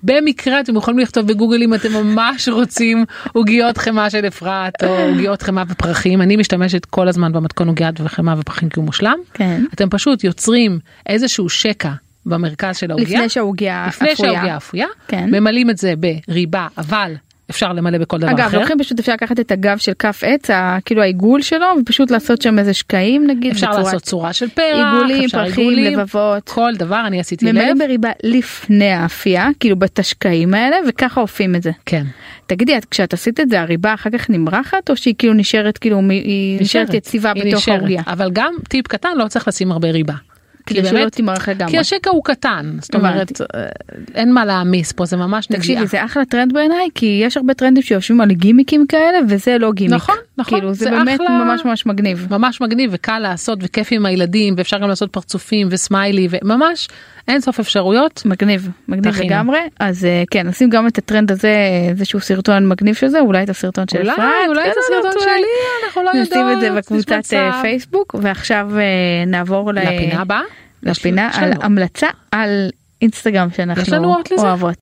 [SPEAKER 2] במקרה אתם יכולים לכתוב בגוגל אם אתם ממש רוצים עוגיות חמאה של אפרת או עוגיות חמאה ופרחים, אני משתמשת כל הזמן במתכון עוגיית וחמאה ופרחים כי הוא מושלם.
[SPEAKER 3] כן.
[SPEAKER 2] אתם פשוט יוצרים איזשהו שקע במרכז של העוגיה.
[SPEAKER 3] לפני שהעוגיה
[SPEAKER 2] לפני
[SPEAKER 3] אפויה.
[SPEAKER 2] שהעוגיה אפויה.
[SPEAKER 3] כן.
[SPEAKER 2] ממלאים את זה בריבה, אבל אפשר למלא בכל דבר
[SPEAKER 3] אגב,
[SPEAKER 2] אחר.
[SPEAKER 3] לוקחים פשוט אפשר לקחת את הגב של כף עץ, ה- כאילו העיגול שלו, ופשוט לעשות שם איזה שקעים נגיד.
[SPEAKER 2] אפשר
[SPEAKER 3] בצורת-
[SPEAKER 2] לעשות צורה של פרח,
[SPEAKER 3] עיגולים,
[SPEAKER 2] אפשר
[SPEAKER 3] פרחים,
[SPEAKER 2] עיגולים,
[SPEAKER 3] לבבות.
[SPEAKER 2] כל דבר אני עשיתי
[SPEAKER 3] ממלא
[SPEAKER 2] לב.
[SPEAKER 3] בריבה לפני האפייה, כאילו בתשקעים האלה, וככה אופים את זה.
[SPEAKER 2] כן.
[SPEAKER 3] תגידי, את, כשאת עשית את זה, הריבה אחר כך נמרחת, או שהיא כאילו נשארת, כאילו, מ- היא נשארת יציבה
[SPEAKER 2] היא
[SPEAKER 3] בתוך
[SPEAKER 2] נשארת.
[SPEAKER 3] העוגיה?
[SPEAKER 2] אבל גם טיפ קטן לא צריך לשים הרבה ריבה.
[SPEAKER 3] כדי
[SPEAKER 2] כי
[SPEAKER 3] שלא
[SPEAKER 2] באמת-
[SPEAKER 3] תימרח לגמרי.
[SPEAKER 2] כי השקע הוא קטן, זאת אומרת,
[SPEAKER 3] הבנתי.
[SPEAKER 2] אה, אין מה להעמיס פה, זה ממש נגיעה.
[SPEAKER 3] תקשיבי, זה אחלה טרנד בעיניי, כי יש הרבה טרנדים שיושבים על גימיקים כאלה, וזה לא גימיק.
[SPEAKER 2] נכון, נכון,
[SPEAKER 3] כאילו, זה,
[SPEAKER 2] זה
[SPEAKER 3] באמת
[SPEAKER 2] אחלה-
[SPEAKER 3] ממש ממש מגניב.
[SPEAKER 2] ממש מגניב וקל לעשות וכיף עם הילדים ואפשר גם לעשות פרצופים וסמיילי וממש אין סוף אפשרויות.
[SPEAKER 3] מגניב, מגניב
[SPEAKER 2] תכינו.
[SPEAKER 3] לגמרי. אז אה, כן, נשים גם את הטרנד הזה, אה, איזשהו סרטון מגניב של זה, אולי את הסרטון של
[SPEAKER 2] אולי,
[SPEAKER 3] אפרת.
[SPEAKER 2] אולי את
[SPEAKER 3] כן,
[SPEAKER 2] הסרטון
[SPEAKER 3] אולי.
[SPEAKER 2] שלי, אנחנו לא יודעות.
[SPEAKER 3] נשים את זה
[SPEAKER 2] יש
[SPEAKER 3] בקבוצת אה,
[SPEAKER 2] מצב.
[SPEAKER 3] פייסבוק, ועכשיו אה, נעבור ל-
[SPEAKER 2] לפינה הבאה.
[SPEAKER 3] לפינה
[SPEAKER 2] יש
[SPEAKER 3] על
[SPEAKER 2] לנו.
[SPEAKER 3] המלצה על אינסטגרם שאנחנו
[SPEAKER 2] לנו אות לזה?
[SPEAKER 3] אוהבות.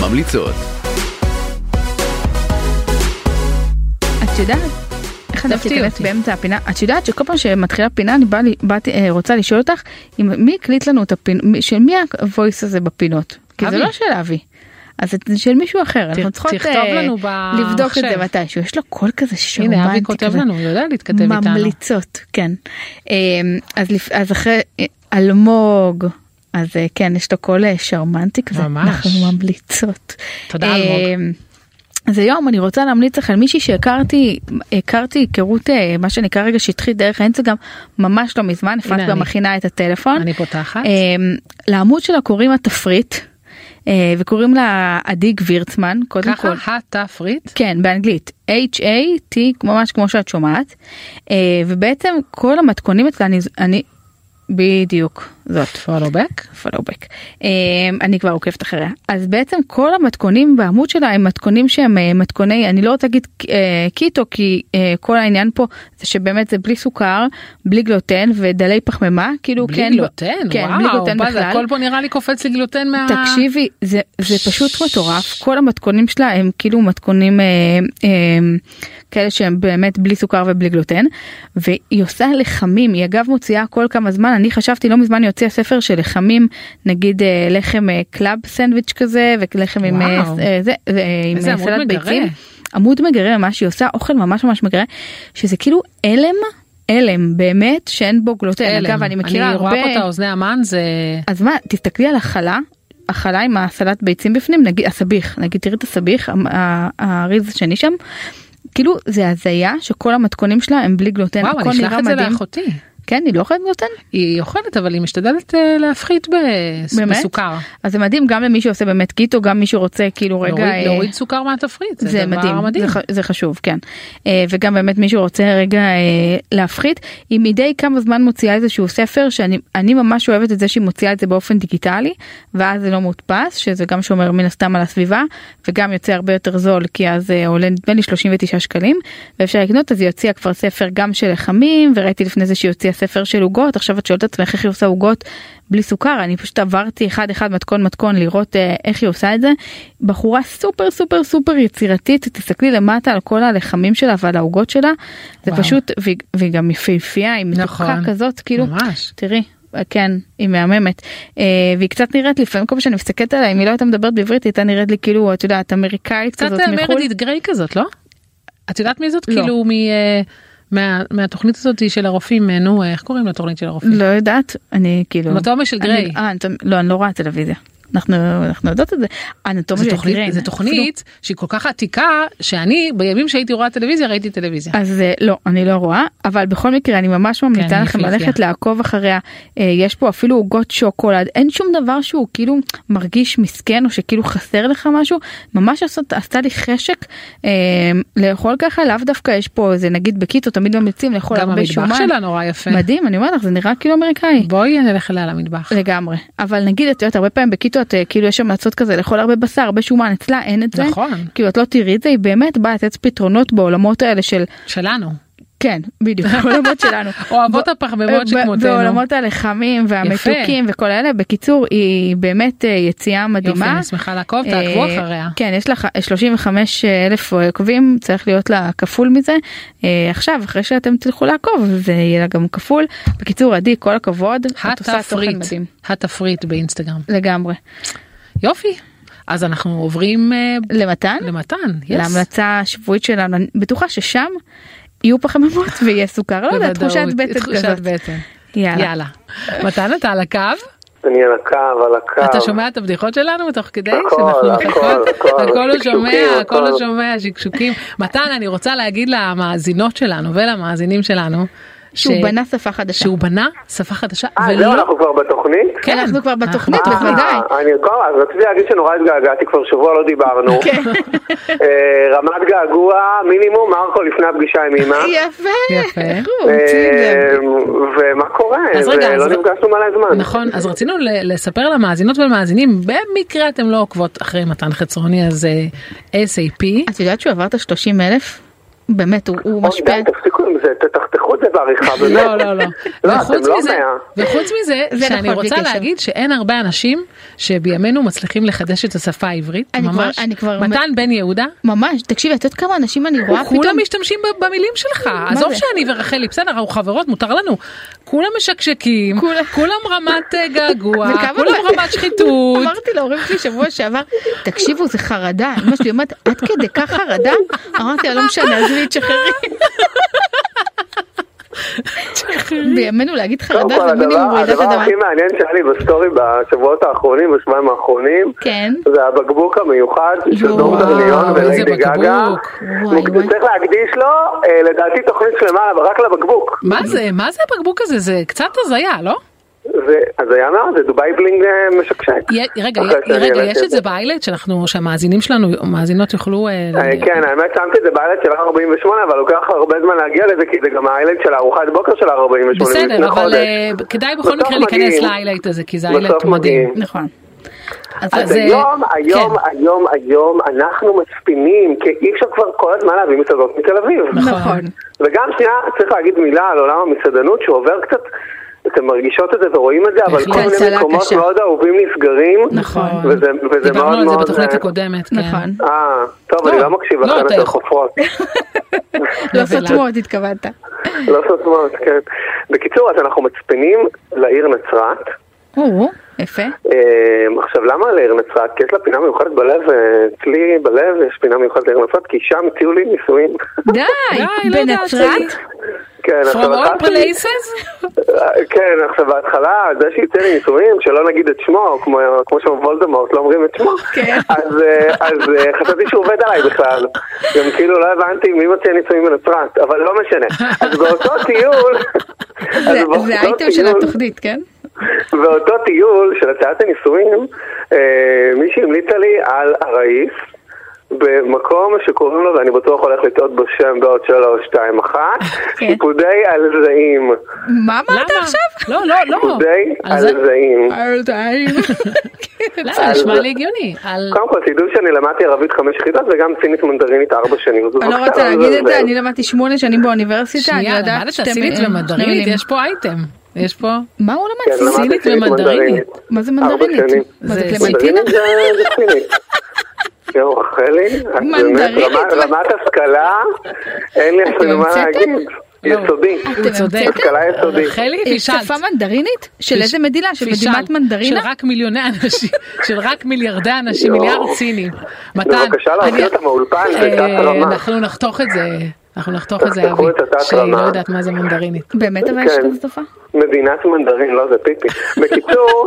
[SPEAKER 4] ממליצות.
[SPEAKER 3] את יודעת? איך אני אוהבת
[SPEAKER 2] הפתיע
[SPEAKER 3] להיכנס
[SPEAKER 2] אותי.
[SPEAKER 3] באמצע הפינה? את יודעת שכל פעם שמתחילה פינה אני באה לי- באתי, אה, רוצה לשאול אותך אם מי הקליט לנו את הפינה, של מי הוויס הזה בפינות? כי זה
[SPEAKER 2] אבי.
[SPEAKER 3] לא של אבי. אז זה של מישהו אחר, אנחנו צריכות
[SPEAKER 2] תכתוב
[SPEAKER 3] אה,
[SPEAKER 2] לנו
[SPEAKER 3] לבדוק את זה
[SPEAKER 2] במחשב.
[SPEAKER 3] מתישהו, יש לו קול כזה שרמנטי כזה.
[SPEAKER 2] הנה אבי כותב לנו, הוא יודע להתכתב איתנו.
[SPEAKER 3] ממליצות, כן. אה, אז לפ- אז אחרי אה, אלמוג, אז אה, כן, יש לו קול אה, שרמנטי כזה,
[SPEAKER 2] ממש.
[SPEAKER 3] אנחנו ממליצות.
[SPEAKER 2] תודה, אלמוג.
[SPEAKER 3] אה, אז היום אני רוצה להמליץ לך על מישהי שהכרתי, הכרתי היכרות, אה, מה שנקרא רגע שטחית דרך האינסטגרם, ממש לא מזמן, אפרת
[SPEAKER 2] הנה
[SPEAKER 3] גם
[SPEAKER 2] אני.
[SPEAKER 3] מכינה את הטלפון.
[SPEAKER 2] אני פותחת.
[SPEAKER 3] אה, לעמוד שלה קוראים התפריט, אה, וקוראים לה עדי גבירצמן, קודם
[SPEAKER 2] ככה
[SPEAKER 3] כל.
[SPEAKER 2] התפריט.
[SPEAKER 3] כן, באנגלית. H-A-T, ממש כמו שאת שומעת. אה, ובעצם כל המתכונים אצלה, אני, אני בדיוק, זאת.
[SPEAKER 2] follow back.
[SPEAKER 3] פולו-בק. אמ, אני כבר עוקבת אחריה. אז בעצם כל המתכונים בעמוד שלה הם מתכונים שהם אה, מתכוני, אני לא רוצה להגיד אה, קיטו, כי אה, כל העניין פה זה שבאמת זה בלי סוכר, בלי גלוטן ודלי פחמימה, כאילו
[SPEAKER 2] בלי
[SPEAKER 3] כן.
[SPEAKER 2] גלוטן,
[SPEAKER 3] כן,
[SPEAKER 2] וואו,
[SPEAKER 3] בלי גלוטן
[SPEAKER 2] מה זה,
[SPEAKER 3] בכלל.
[SPEAKER 2] הכל פה נראה לי קופץ לגלוטן מה...
[SPEAKER 3] תקשיבי זה זה פשוט מטורף כל המתכונים שלה הם כאילו מתכונים אה, אה, כאלה שהם באמת בלי סוכר ובלי גלוטן והיא עושה לחמים היא אגב מוציאה כל כמה זמן אני חשבתי לא מזמן היא הוציאה ספר של לחמים נגיד אה, לחם אה, קלאב סנדוויץ' כזה ולחם עם, אה,
[SPEAKER 2] וואו.
[SPEAKER 3] אה, זה, אה, עם
[SPEAKER 2] איזה
[SPEAKER 3] אה,
[SPEAKER 2] עמוד
[SPEAKER 3] סלט
[SPEAKER 2] מגרה.
[SPEAKER 3] ביצים עמוד מגרה ממש היא עושה אוכל ממש ממש מגרה שזה כאילו הלם. הלם באמת שאין בו גלוטן,
[SPEAKER 2] הלם.
[SPEAKER 3] כן, אגב אני מכירה
[SPEAKER 2] אני
[SPEAKER 3] הרבה,
[SPEAKER 2] רואה פה את האוזני המן, זה...
[SPEAKER 3] אז מה תסתכלי על החלה החלה עם הסלט ביצים בפנים נגיד הסביך נגיד תראי את הסביך המ- ה- האריז השני שם. כאילו זה הזיה שכל המתכונים שלה הם בלי גלוטן
[SPEAKER 2] וואו,
[SPEAKER 3] הכל
[SPEAKER 2] אני אשלח
[SPEAKER 3] נראה
[SPEAKER 2] את זה
[SPEAKER 3] מדהים.
[SPEAKER 2] לאחותי.
[SPEAKER 3] כן היא לא אוכלת גלוטן
[SPEAKER 2] היא אוכלת, אבל היא משתדלת אה, להפחית בס-
[SPEAKER 3] באמת?
[SPEAKER 2] בסוכר.
[SPEAKER 3] אז זה מדהים גם למי שעושה באמת קיטו גם מי שרוצה כאילו רגע
[SPEAKER 2] להוריד-
[SPEAKER 3] אה,
[SPEAKER 2] להוריד סוכר מהתפריט, זה
[SPEAKER 3] זה מדהים,
[SPEAKER 2] דבר מדהים.
[SPEAKER 3] זה, ח, זה חשוב כן אה, וגם באמת מישהו רוצה רגע אה, להפחית היא מדי כמה זמן מוציאה איזשהו ספר שאני אני ממש אוהבת את זה שהיא מוציאה את זה באופן דיגיטלי ואז זה לא מודפס שזה גם שומר מן הסתם על הסביבה וגם יוצא הרבה יותר זול כי אז אה, עולה נדמה לי 39 שקלים ואפשר לקנות אז היא הוציאה כבר ספר גם של לחמים וראיתי לפני זה שהיא הוציאה ספר של עוגות עכשיו את שואלת את עצמך איך היא עושה עוגות בלי סוכר אני פשוט עברתי אחד אחד מתכון מתכון לראות אה, איך היא עושה את זה. בחורה סופר סופר סופר יצירתית תסתכלי למטה על כל הלחמים שלה ועל העוגות שלה זה
[SPEAKER 2] וואו.
[SPEAKER 3] פשוט והיא- והיא גם יפהפייה היא מתוקה
[SPEAKER 2] נכון.
[SPEAKER 3] כזאת כאילו
[SPEAKER 2] ממש.
[SPEAKER 3] תראי. כן, היא מהממת. אה, והיא קצת נראית לי, לפעמים כל פעם שאני מסתכלת עליה, אם היא לא הייתה מדברת בעברית, היא הייתה נראית לי כאילו, את יודעת, אמריקאית
[SPEAKER 2] קצת
[SPEAKER 3] כזאת
[SPEAKER 2] אה,
[SPEAKER 3] מחו"ל.
[SPEAKER 2] מרדית גריי כזאת, לא? את יודעת מי זאת?
[SPEAKER 3] לא.
[SPEAKER 2] כאילו, מ... אה, מה- מהתוכנית הזאת של הרופאים, אה, נו, איך קוראים לתוכנית של הרופאים?
[SPEAKER 3] לא יודעת, אני כאילו...
[SPEAKER 2] אנטומיה כן. של
[SPEAKER 3] אני-
[SPEAKER 2] גריי.
[SPEAKER 3] אה, אנטומ- לא, אני לא רואה טלוויזיה. אנחנו אנחנו יודעות את זה. אנטומיה
[SPEAKER 2] זו
[SPEAKER 3] של
[SPEAKER 2] תוכנית,
[SPEAKER 3] לא גריי.
[SPEAKER 2] זו תוכנית שהיא כל כך עתיקה, שאני בימים שהייתי רואה טלוויזיה ראיתי טלוויזיה.
[SPEAKER 3] אז אה, לא, אני לא רואה, אבל בכל מקרה אני ממש
[SPEAKER 2] כן,
[SPEAKER 3] ממליצה
[SPEAKER 2] היא
[SPEAKER 3] לכם
[SPEAKER 2] יפהפייה.
[SPEAKER 3] ללכת לעקוב אחריה. אה, יש פה אפילו עוגות שוקולד, אין שום דבר שהוא כאילו מרגיש מסכן או שכאילו חסר לך משהו, ממש עשת, עשתה לי חשק אה, לאכול ככה, לאו דווקא יש פה איזה נגיד בקיטו תמיד ממליצים לאכול
[SPEAKER 2] גם
[SPEAKER 3] הרבה שומן.
[SPEAKER 2] המטבח שלה נורא יפה.
[SPEAKER 3] מדהים, אני אומרת לך, זה נראה כאילו אמריקאי.
[SPEAKER 2] בואי נלך אליה למטבח.
[SPEAKER 3] לגמרי אבל נגיד את יודעת הרבה פעמים בקיטו את אה, כאילו יש המלצות כזה לאכול הרבה בשר הרבה שומן אצלה אין את זה
[SPEAKER 2] נכון.
[SPEAKER 3] כאילו את לא תראי את זה היא באמת באה לתת פתרונות בעולמות האלה של
[SPEAKER 2] שלנו.
[SPEAKER 3] כן בדיוק בעולמות שלנו
[SPEAKER 2] אוהבות
[SPEAKER 3] ב-
[SPEAKER 2] הפחמימות
[SPEAKER 3] אה, ב-
[SPEAKER 2] שכמותנו.
[SPEAKER 3] בעולמות הלחמים והמתוקים וכל אלה בקיצור היא באמת אה, יציאה
[SPEAKER 2] יופי,
[SPEAKER 3] מדהימה.
[SPEAKER 2] אני שמחה לעקוב, תעקבו
[SPEAKER 3] אה,
[SPEAKER 2] אחריה.
[SPEAKER 3] כן יש לך 35 אלף עוקבים צריך להיות לה כפול מזה אה, עכשיו אחרי שאתם תלכו לעקוב זה יהיה לה גם כפול בקיצור עדי כל הכבוד כן, את עושה תוכן
[SPEAKER 2] התפריט,
[SPEAKER 3] מדהים.
[SPEAKER 2] התפריט באינסטגרם.
[SPEAKER 3] לגמרי.
[SPEAKER 2] יופי. אז אנחנו עוברים אה,
[SPEAKER 3] למתן?
[SPEAKER 2] למתן. יס.
[SPEAKER 3] להמלצה השבועית שלנו, אני בטוחה ששם יהיו פחמימות ויהיה סוכר, לא יודעת,
[SPEAKER 2] בוודאות,
[SPEAKER 3] תחושת בטן
[SPEAKER 2] תחושת
[SPEAKER 3] כזאת.
[SPEAKER 2] בטן.
[SPEAKER 3] יאללה.
[SPEAKER 2] יאללה. מתן אתה על הקו?
[SPEAKER 8] אני על הקו, על הקו.
[SPEAKER 2] אתה שומע את הבדיחות שלנו תוך כדי
[SPEAKER 8] הכל,
[SPEAKER 2] שאנחנו
[SPEAKER 8] הכל, הכל.
[SPEAKER 2] הכל הוא שומע,
[SPEAKER 8] שקשוקים,
[SPEAKER 2] הכל הוא
[SPEAKER 8] הכל.
[SPEAKER 2] שומע, שקשוקים. מתן, אני רוצה להגיד למאזינות שלנו ולמאזינים שלנו,
[SPEAKER 3] שהוא
[SPEAKER 2] ש-
[SPEAKER 3] בנה שפה חדשה.
[SPEAKER 2] שהוא בנה שפה חדשה,
[SPEAKER 8] אה, זהו,
[SPEAKER 2] ולא,
[SPEAKER 8] אנחנו כבר בתוכנית?
[SPEAKER 2] כן, נכון.
[SPEAKER 3] אנחנו כבר בתוכנית,
[SPEAKER 2] אנחנו-
[SPEAKER 8] אה,
[SPEAKER 3] בוודאי.
[SPEAKER 8] אני כבר, אז רציתי להגיד שנורא התגעגעתי, כבר שבוע לא דיברנו.
[SPEAKER 3] כן.
[SPEAKER 8] אה, רמת גן, געגוע מינימום מרקו לפני הפגישה עם אמא.
[SPEAKER 3] יפה,
[SPEAKER 2] יפה.
[SPEAKER 3] איך הוא
[SPEAKER 8] אה,
[SPEAKER 3] המציא את זה.
[SPEAKER 8] ומה קורה?
[SPEAKER 2] אז רגע,
[SPEAKER 8] ולא
[SPEAKER 2] אז-
[SPEAKER 8] נפגשנו מלא זמן.
[SPEAKER 2] נכון, אז רצינו ל- לספר למאזינות ולמאזינים, במקרה אתם לא עוקבות אחרי מתן חצרוני, אז אה, SAP.
[SPEAKER 8] אה,
[SPEAKER 3] את יודעת שהוא עבר את ה-30 אלף? באמת, הוא- הוא
[SPEAKER 8] אוי,
[SPEAKER 3] משפיע.
[SPEAKER 8] די, תפסיקו עם זה, תחתכו את זה בעריכה, באמת.
[SPEAKER 2] לא, לא, לא.
[SPEAKER 8] לא,
[SPEAKER 2] וחוץ
[SPEAKER 8] אתם לא
[SPEAKER 2] מזה,
[SPEAKER 8] מאה.
[SPEAKER 2] וחוץ מזה,
[SPEAKER 3] זה
[SPEAKER 2] שאני
[SPEAKER 3] נכון, בלי
[SPEAKER 2] רוצה
[SPEAKER 3] קשר.
[SPEAKER 2] להגיד שאין הרבה אנשים שבימינו מצליחים לחדש את השפה העברית,
[SPEAKER 3] אני כבר-
[SPEAKER 2] ממש.
[SPEAKER 3] אני כבר-
[SPEAKER 2] מתן בן יהודה,
[SPEAKER 3] ממש, תקשיבי, את יודעת כמה אנשים אני רואה
[SPEAKER 2] כולם
[SPEAKER 3] פתאום?
[SPEAKER 2] משתמשים ב- במילים שלך, עזוב
[SPEAKER 3] זה?
[SPEAKER 2] שאני ורחלי, בסדר, אנחנו חברות, מותר לנו. כולם משקשקים,
[SPEAKER 3] כולם-
[SPEAKER 2] כולם רמת אה, געגוע,
[SPEAKER 3] וכמה
[SPEAKER 2] כולם
[SPEAKER 3] פעמים-
[SPEAKER 2] רמת שחיתות.
[SPEAKER 3] אמרתי להורים שלי שבוע שעבר, תקשיבו, זה חרדה. אמא שלי אומרת, עד כדי כך חרדה? אמרתי לה, לא משנה, עזבי, תשחררי. בימינו להגיד
[SPEAKER 8] קודם
[SPEAKER 3] חרדה
[SPEAKER 8] כל,
[SPEAKER 3] זה מינימום
[SPEAKER 8] הדבר
[SPEAKER 3] רעידת
[SPEAKER 8] הדבר
[SPEAKER 3] אדמה.
[SPEAKER 8] הכי מעניין שהיה לי בסטורי בשבועות האחרונים, בשבועיים האחרונים,
[SPEAKER 3] כן.
[SPEAKER 8] זה הבקבוק המיוחד של
[SPEAKER 3] יואו,
[SPEAKER 8] דור דרליון
[SPEAKER 2] איזה
[SPEAKER 8] וליידי גגה.
[SPEAKER 2] בקבוק.
[SPEAKER 3] וואי,
[SPEAKER 8] מוק-
[SPEAKER 3] וואי.
[SPEAKER 8] צריך להקדיש לו, אה, לדעתי, תוכנית שלמה רק לבקבוק.
[SPEAKER 2] מה זה, מה זה הבקבוק הזה? זה קצת הזיה, לא?
[SPEAKER 8] זה הזיה מאוד, זה דובאי בלינג אה, משקשק.
[SPEAKER 2] י- רגע,
[SPEAKER 8] אחרי
[SPEAKER 2] י-
[SPEAKER 8] שאני
[SPEAKER 2] רגע,
[SPEAKER 8] העליתי
[SPEAKER 2] יש את זה באיילט שאנחנו, שהמאזינים שלנו, המאזינות יוכלו... אה,
[SPEAKER 8] אה, כן, האמת שמתי את זה באיילד של 48, אבל לוקח הרבה זמן להגיע לזה, כי זה גם האיילד של ארוחת בוקר של 48.
[SPEAKER 2] בסדר,
[SPEAKER 8] לפני
[SPEAKER 2] אבל
[SPEAKER 8] חודש.
[SPEAKER 2] אה, כדאי בכל
[SPEAKER 8] בסוף
[SPEAKER 2] מקרה להיכנס
[SPEAKER 8] מגיעים.
[SPEAKER 2] לאיילט הזה, כי זה
[SPEAKER 8] בסוף
[SPEAKER 2] איילט מדהים.
[SPEAKER 8] מגיעים.
[SPEAKER 3] נכון. אז אה,
[SPEAKER 2] אז
[SPEAKER 8] אז
[SPEAKER 2] זה-
[SPEAKER 8] היום, היום,
[SPEAKER 2] כן.
[SPEAKER 8] היום, היום, אנחנו מצפינים, כי אי אפשר כבר כל הזמן להביא מסעדות מתל אביב.
[SPEAKER 2] נכון.
[SPEAKER 8] וגם שנייה, צריך להגיד מילה על עולם המסעדנות, שעובר קצת, אתם מרגישות את זה ורואים את זה, אבל
[SPEAKER 2] בהחלט.
[SPEAKER 8] כל מיני
[SPEAKER 3] צלצלה
[SPEAKER 8] מקומות
[SPEAKER 3] קשה.
[SPEAKER 8] מאוד אהובים נסגרים.
[SPEAKER 2] נכון.
[SPEAKER 8] וזה, וזה
[SPEAKER 2] דיברנו
[SPEAKER 8] מאוד
[SPEAKER 2] על זה
[SPEAKER 8] מאוד...
[SPEAKER 2] בתוכנית
[SPEAKER 8] אה,
[SPEAKER 2] הקודמת, כן.
[SPEAKER 3] נכון.
[SPEAKER 8] אה, טוב,
[SPEAKER 2] לא,
[SPEAKER 8] אני לא מקשיב
[SPEAKER 2] לא,
[SPEAKER 8] לכם
[SPEAKER 2] אתה
[SPEAKER 8] יותר
[SPEAKER 2] יכול.
[SPEAKER 8] חופרות.
[SPEAKER 3] לא
[SPEAKER 2] ולמה?
[SPEAKER 3] סותמות, התכוונת.
[SPEAKER 8] לא סותמות, כן. בקיצור, אז אנחנו מצפינים לעיר נצרת.
[SPEAKER 3] או, יפה.
[SPEAKER 8] אמ, עכשיו, למה לעיר נצרת? כי יש לה פינה מיוחדת בלב, אה, אצלי בלב יש פינה מיוחדת לעיר נצרת, כי שם הציעו לי נישואים.
[SPEAKER 3] די,
[SPEAKER 2] די, לא יודעת,
[SPEAKER 3] בנצרת?
[SPEAKER 8] כן,
[SPEAKER 2] From
[SPEAKER 8] עכשיו
[SPEAKER 2] all
[SPEAKER 8] לקחתי-
[SPEAKER 2] places?
[SPEAKER 8] אה, כן, עכשיו בהתחלה, זה שייתן לי נישואים, שלא נגיד את שמו, כמו, כמו שוולדמורט, לא אומרים את שמו.
[SPEAKER 3] כן.
[SPEAKER 8] אז, אה, אז אה, חשבתי שהוא עובד עליי בכלל. גם כאילו לא הבנתי מי מציע נישואים בנצרת, אבל לא משנה. אז באותו טיול... אז
[SPEAKER 3] זה-
[SPEAKER 8] באותו
[SPEAKER 3] זה האייטם של
[SPEAKER 8] לא טיול-
[SPEAKER 3] התוכנית, כן?
[SPEAKER 8] באותו טיול של הצעת הנישואים, אה, מישהי המליצה לי על הרעיף במקום שקוראים לו, ואני בטוח הולך לטעות בו שם בעוד שלוש, שתיים, אחת,
[SPEAKER 3] כן.
[SPEAKER 8] שיפודי על זעים.
[SPEAKER 3] מה אמרת
[SPEAKER 2] למה?
[SPEAKER 3] עכשיו?
[SPEAKER 2] לא, לא,
[SPEAKER 3] Oh,
[SPEAKER 2] לא.
[SPEAKER 8] שיפודי
[SPEAKER 2] על זה-
[SPEAKER 8] על זעים.
[SPEAKER 3] אל תעיר. כן.
[SPEAKER 2] למה? נשמע לי הגיוני. על-
[SPEAKER 8] קודם כל, תדעו שאני למדתי ערבית חמש יחידות וגם צינית מנדרינית ארבע שנים. אוקיי,
[SPEAKER 3] אני
[SPEAKER 8] אז
[SPEAKER 3] לא
[SPEAKER 8] בבקשה,
[SPEAKER 3] רוצה להגיד את
[SPEAKER 8] לזלזל.
[SPEAKER 3] זה, אני לא- למדתי שמונה שנים באוניברסיטה, אני
[SPEAKER 2] שנייה,
[SPEAKER 3] יודעת אה,
[SPEAKER 2] למדת
[SPEAKER 3] שתי
[SPEAKER 2] סינית
[SPEAKER 3] מילים, שני
[SPEAKER 2] ומנדרינית,
[SPEAKER 3] מילים.
[SPEAKER 2] יש פה אייטם. יש פה...
[SPEAKER 3] מה הוא
[SPEAKER 8] כן,
[SPEAKER 3] למד?
[SPEAKER 8] למדתי
[SPEAKER 3] סינית?
[SPEAKER 2] סינית ומנדרינית.
[SPEAKER 3] מה זה
[SPEAKER 8] ארבע שנים.
[SPEAKER 3] מנדרינית? מה זה
[SPEAKER 2] זה
[SPEAKER 3] קלמנטינה?
[SPEAKER 8] מנדרינית זה זה סינית. יואו, רחלי, את באמת,
[SPEAKER 3] מנדרינית.
[SPEAKER 8] רמת- רמת השכלה, אין לי
[SPEAKER 3] אתם
[SPEAKER 8] אפילו מה
[SPEAKER 3] המצאתם?
[SPEAKER 8] להגיד.
[SPEAKER 3] לא.
[SPEAKER 8] יסודי.
[SPEAKER 3] אתם
[SPEAKER 2] הוא צודק.
[SPEAKER 3] המצאתם?
[SPEAKER 8] השכלה יסודית.
[SPEAKER 2] רחלי,
[SPEAKER 3] יש
[SPEAKER 2] פישלת.
[SPEAKER 3] אה, שפה מנדרינית? של
[SPEAKER 2] פיש-
[SPEAKER 3] איזה מדינה? של
[SPEAKER 2] פישלת.
[SPEAKER 3] מדינת מנדרינה?
[SPEAKER 2] של רק מיליוני אנשים, של רק מיליארדי אנשים,
[SPEAKER 8] יואו.
[SPEAKER 2] מיליארד סינים. מתן,
[SPEAKER 8] בבקשה להוציא
[SPEAKER 2] אני-
[SPEAKER 8] אותה מהאולפן, זה
[SPEAKER 2] אה,
[SPEAKER 8] תת רמה.
[SPEAKER 2] אנחנו נחתוך את זה, אנחנו נחתוך את זה,
[SPEAKER 8] תחתכו
[SPEAKER 2] אבי,
[SPEAKER 8] את התת
[SPEAKER 2] שהיא לא
[SPEAKER 8] רמה.
[SPEAKER 2] יודעת מה זה מנדרינית.
[SPEAKER 3] באמת אבל יש
[SPEAKER 8] כן.
[SPEAKER 3] כזאת תופעה?
[SPEAKER 8] מדינת מנדרין, לא זה פיפי. בקיצור...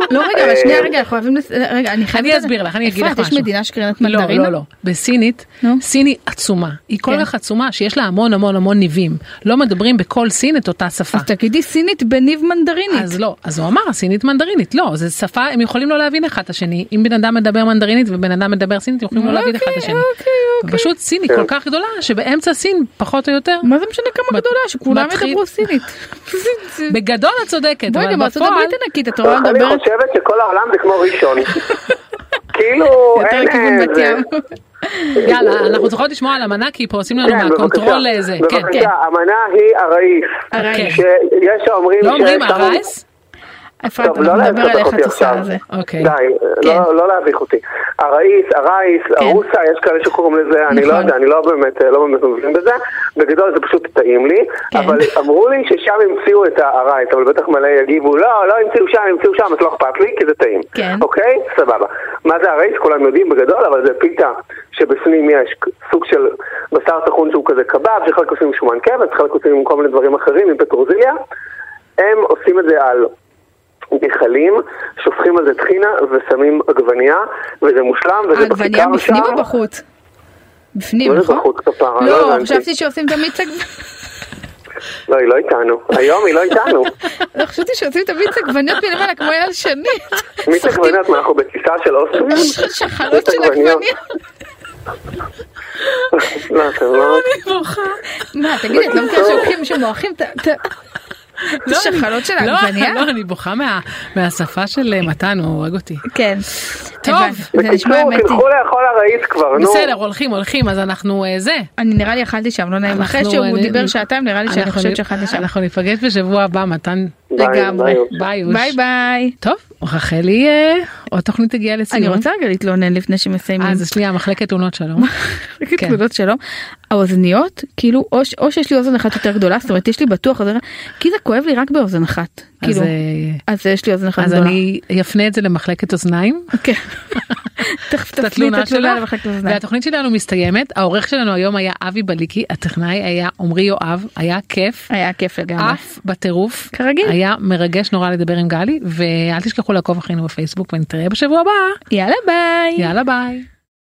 [SPEAKER 3] לא רגע, אבל
[SPEAKER 8] אה,
[SPEAKER 3] שנייה רגע, אנחנו חייבים... לס- אה, רגע, אני חייבת...
[SPEAKER 2] אני אסביר לך, אני אגיד לך משהו.
[SPEAKER 3] אפרת, יש מדינה שקרנת מנדרינה?
[SPEAKER 2] לא, לא, לא. בסינית,
[SPEAKER 3] נו.
[SPEAKER 2] סין היא עצומה. היא כל
[SPEAKER 3] כן.
[SPEAKER 2] כך עצומה שיש לה המון המון המון ניבים. לא מדברים בכל סין את אותה שפה.
[SPEAKER 3] אז תגידי סינית בניב מנדרינית.
[SPEAKER 2] אה. אז לא, אז הוא אמר סינית מנדרינית, לא, זו שפה, הם יכולים לא להבין אחד את השני, אם בן אדם מדבר מנדרינית ובן אדם מדבר סינית, הם יכולים לא להבין אחד את השני.
[SPEAKER 3] אוקיי, אוקיי.
[SPEAKER 2] פשוט סין היא כל
[SPEAKER 8] כן.
[SPEAKER 2] כך גדולה, שבאמצע סין, פחות או יותר,
[SPEAKER 3] מה זה משנה כמה
[SPEAKER 2] מת-
[SPEAKER 3] גדולה שכולם
[SPEAKER 2] מתחיל-
[SPEAKER 3] ידברו סינית. זה- זה-
[SPEAKER 2] בגדול את צודקת,
[SPEAKER 3] בואי גם
[SPEAKER 2] אבל
[SPEAKER 3] בארצות
[SPEAKER 2] בפועל,
[SPEAKER 3] הברית ענקית, את רואה
[SPEAKER 8] רחלי
[SPEAKER 3] מדברת
[SPEAKER 8] חושבת שכל העולם זה כמו ראשון. כאילו,
[SPEAKER 3] יותר
[SPEAKER 8] אין
[SPEAKER 3] לכיוון בת
[SPEAKER 8] איזה...
[SPEAKER 3] ים.
[SPEAKER 2] יאללה, אנחנו צריכות לשמוע על אמנה, כי פה עושים לנו
[SPEAKER 8] כן,
[SPEAKER 2] מהקונטרול
[SPEAKER 8] בבקשה.
[SPEAKER 2] איזה, כן,
[SPEAKER 8] בבקשה, המנה היא הרעיף.
[SPEAKER 2] הרעיף.
[SPEAKER 8] שיש האומרים...
[SPEAKER 2] לא אומרים
[SPEAKER 8] שיש לנו-
[SPEAKER 2] הרייס?
[SPEAKER 3] אפרת,
[SPEAKER 8] טוב, לא
[SPEAKER 3] אנחנו נדבר
[SPEAKER 8] להסתבך
[SPEAKER 3] על איך
[SPEAKER 8] אותי
[SPEAKER 3] את עושה
[SPEAKER 8] עכשיו.
[SPEAKER 3] את זה.
[SPEAKER 2] אוקיי.
[SPEAKER 8] די, לא-
[SPEAKER 3] כן.
[SPEAKER 8] לא להביך אותי. הרעיס, הרייס, הרוסה, יש כאלה שקוראים לזה, אני לא
[SPEAKER 3] נכון.
[SPEAKER 8] יודע, אני לא באמת, לא באמת מבין בזה. בגדול זה פשוט טעים לי,
[SPEAKER 3] כן.
[SPEAKER 8] אבל אמרו לי ששם המציאו את הרייס, אבל בטח מלא יגיבו, לא, לא המציאו שם, המציאו שם, אז לא אכפת לי, כי זה טעים.
[SPEAKER 3] כן.
[SPEAKER 8] אוקיי? סבבה. מה זה הרייס? כולם יודעים בגדול, אבל זה פיתה שבפנים יש סוג של בשר טחון שהוא כזה קבב, שחלק עושים עם שומן כבש, חלק עושים עם כל מיני דברים אחרים, עם פטרוזיליה. הם עושים את זה על גחלים, שופכים על זה טחינה ושמים עגבנייה, וזה מושלם, וזה
[SPEAKER 3] העגבנייה
[SPEAKER 8] בכיכר
[SPEAKER 3] אה, בפנים
[SPEAKER 8] שם.
[SPEAKER 3] או בחוץ? בפנים,
[SPEAKER 8] מה זה
[SPEAKER 3] נכון?
[SPEAKER 8] בחוץ, כפרה? לא
[SPEAKER 3] לא,
[SPEAKER 8] הבנתי.
[SPEAKER 3] חשבתי שעושים את המיץ עגבניה.
[SPEAKER 8] לא, היא לא איתנו. היום היא לא איתנו.
[SPEAKER 3] לא, חשבתי שעושים את המיץ עגבניות מלמעלה כמו אייל שני.
[SPEAKER 8] מי צריך
[SPEAKER 3] סוחטים
[SPEAKER 8] לבנות? מה, אנחנו בטיסה של אוסטרים?
[SPEAKER 3] ש- שחלות של
[SPEAKER 8] עגבניות.
[SPEAKER 3] עגבניות.
[SPEAKER 8] לא, אתם לא...
[SPEAKER 2] אני בוכה.
[SPEAKER 3] מה, תגידי, את לא מכירה שלוקחים שמועכים את ה- את ה- את
[SPEAKER 2] לא, אני-
[SPEAKER 3] השחלות של
[SPEAKER 2] לא,
[SPEAKER 3] העגבנייה?
[SPEAKER 2] לא, אני בוכה מה- מהשפה של אה, מתן, הוא הורג אותי.
[SPEAKER 3] כן.
[SPEAKER 2] טוב.
[SPEAKER 3] הבנתי, זה נשמע
[SPEAKER 8] בקיצור,
[SPEAKER 3] אמיתי.
[SPEAKER 8] תלכו לאכול הרהיט כבר, נו.
[SPEAKER 2] בסדר, הולכים, הולכים, אז אנחנו אה, זה.
[SPEAKER 3] אני נראה לי אכלתי שם, לא נעים. אחרי
[SPEAKER 2] אנחנו,
[SPEAKER 3] שהוא
[SPEAKER 2] אה,
[SPEAKER 3] דיבר
[SPEAKER 2] נ-
[SPEAKER 3] שעתיים, נראה לי שאני
[SPEAKER 2] אנחנו נ-
[SPEAKER 3] חושבת שאכלתי שם.
[SPEAKER 2] אנחנו ניפגש בשבוע הבא, מתן.
[SPEAKER 8] ביי,
[SPEAKER 3] לגמרי.
[SPEAKER 8] ביי.
[SPEAKER 2] ביי, יוש.
[SPEAKER 3] ביי ביי.
[SPEAKER 2] טוב, רחלי, אה, עוד תוכנית הגיעה לסיום.
[SPEAKER 3] אני רוצה רגע להתלונן לפני שמסיימים.
[SPEAKER 2] אה, זה שנייה, מחלקת תאונות שלום.
[SPEAKER 3] רק
[SPEAKER 2] כן.
[SPEAKER 3] תעודות שלום. האוזניות, כאילו, או ש- או שיש לי אוזן אחת יותר גדולה, זאת אומרת, יש לי בטוח אוזן אחת, כי זה כואב לי רק באוזן אחת.
[SPEAKER 2] אז,
[SPEAKER 3] כאילו,
[SPEAKER 2] אה,
[SPEAKER 3] אז יש לי אוזן אחת
[SPEAKER 2] אז
[SPEAKER 3] גדולה.
[SPEAKER 2] אני אפנה את זה למחלקת אוזניים.
[SPEAKER 3] כן. תכף
[SPEAKER 2] את
[SPEAKER 3] תפני את התלונה
[SPEAKER 2] שלך.
[SPEAKER 3] למחלקת אוזניים.
[SPEAKER 2] והתוכנית שלנו מסתיימת, העורך שלנו היום היה אבי בליקי, הטכנאי היה עמרי יואב, היה כיף,
[SPEAKER 3] היה כן. כיף לגמרי.
[SPEAKER 2] עף בטירוף,
[SPEAKER 3] כרגיל.
[SPEAKER 2] היה מרגש נורא לדבר עם גלי, ואל תשכחו לעקוב אחרינו בפייסבוק ונתראה בשבוע הבא,
[SPEAKER 3] יאללה ביי.
[SPEAKER 2] יאללה ביי.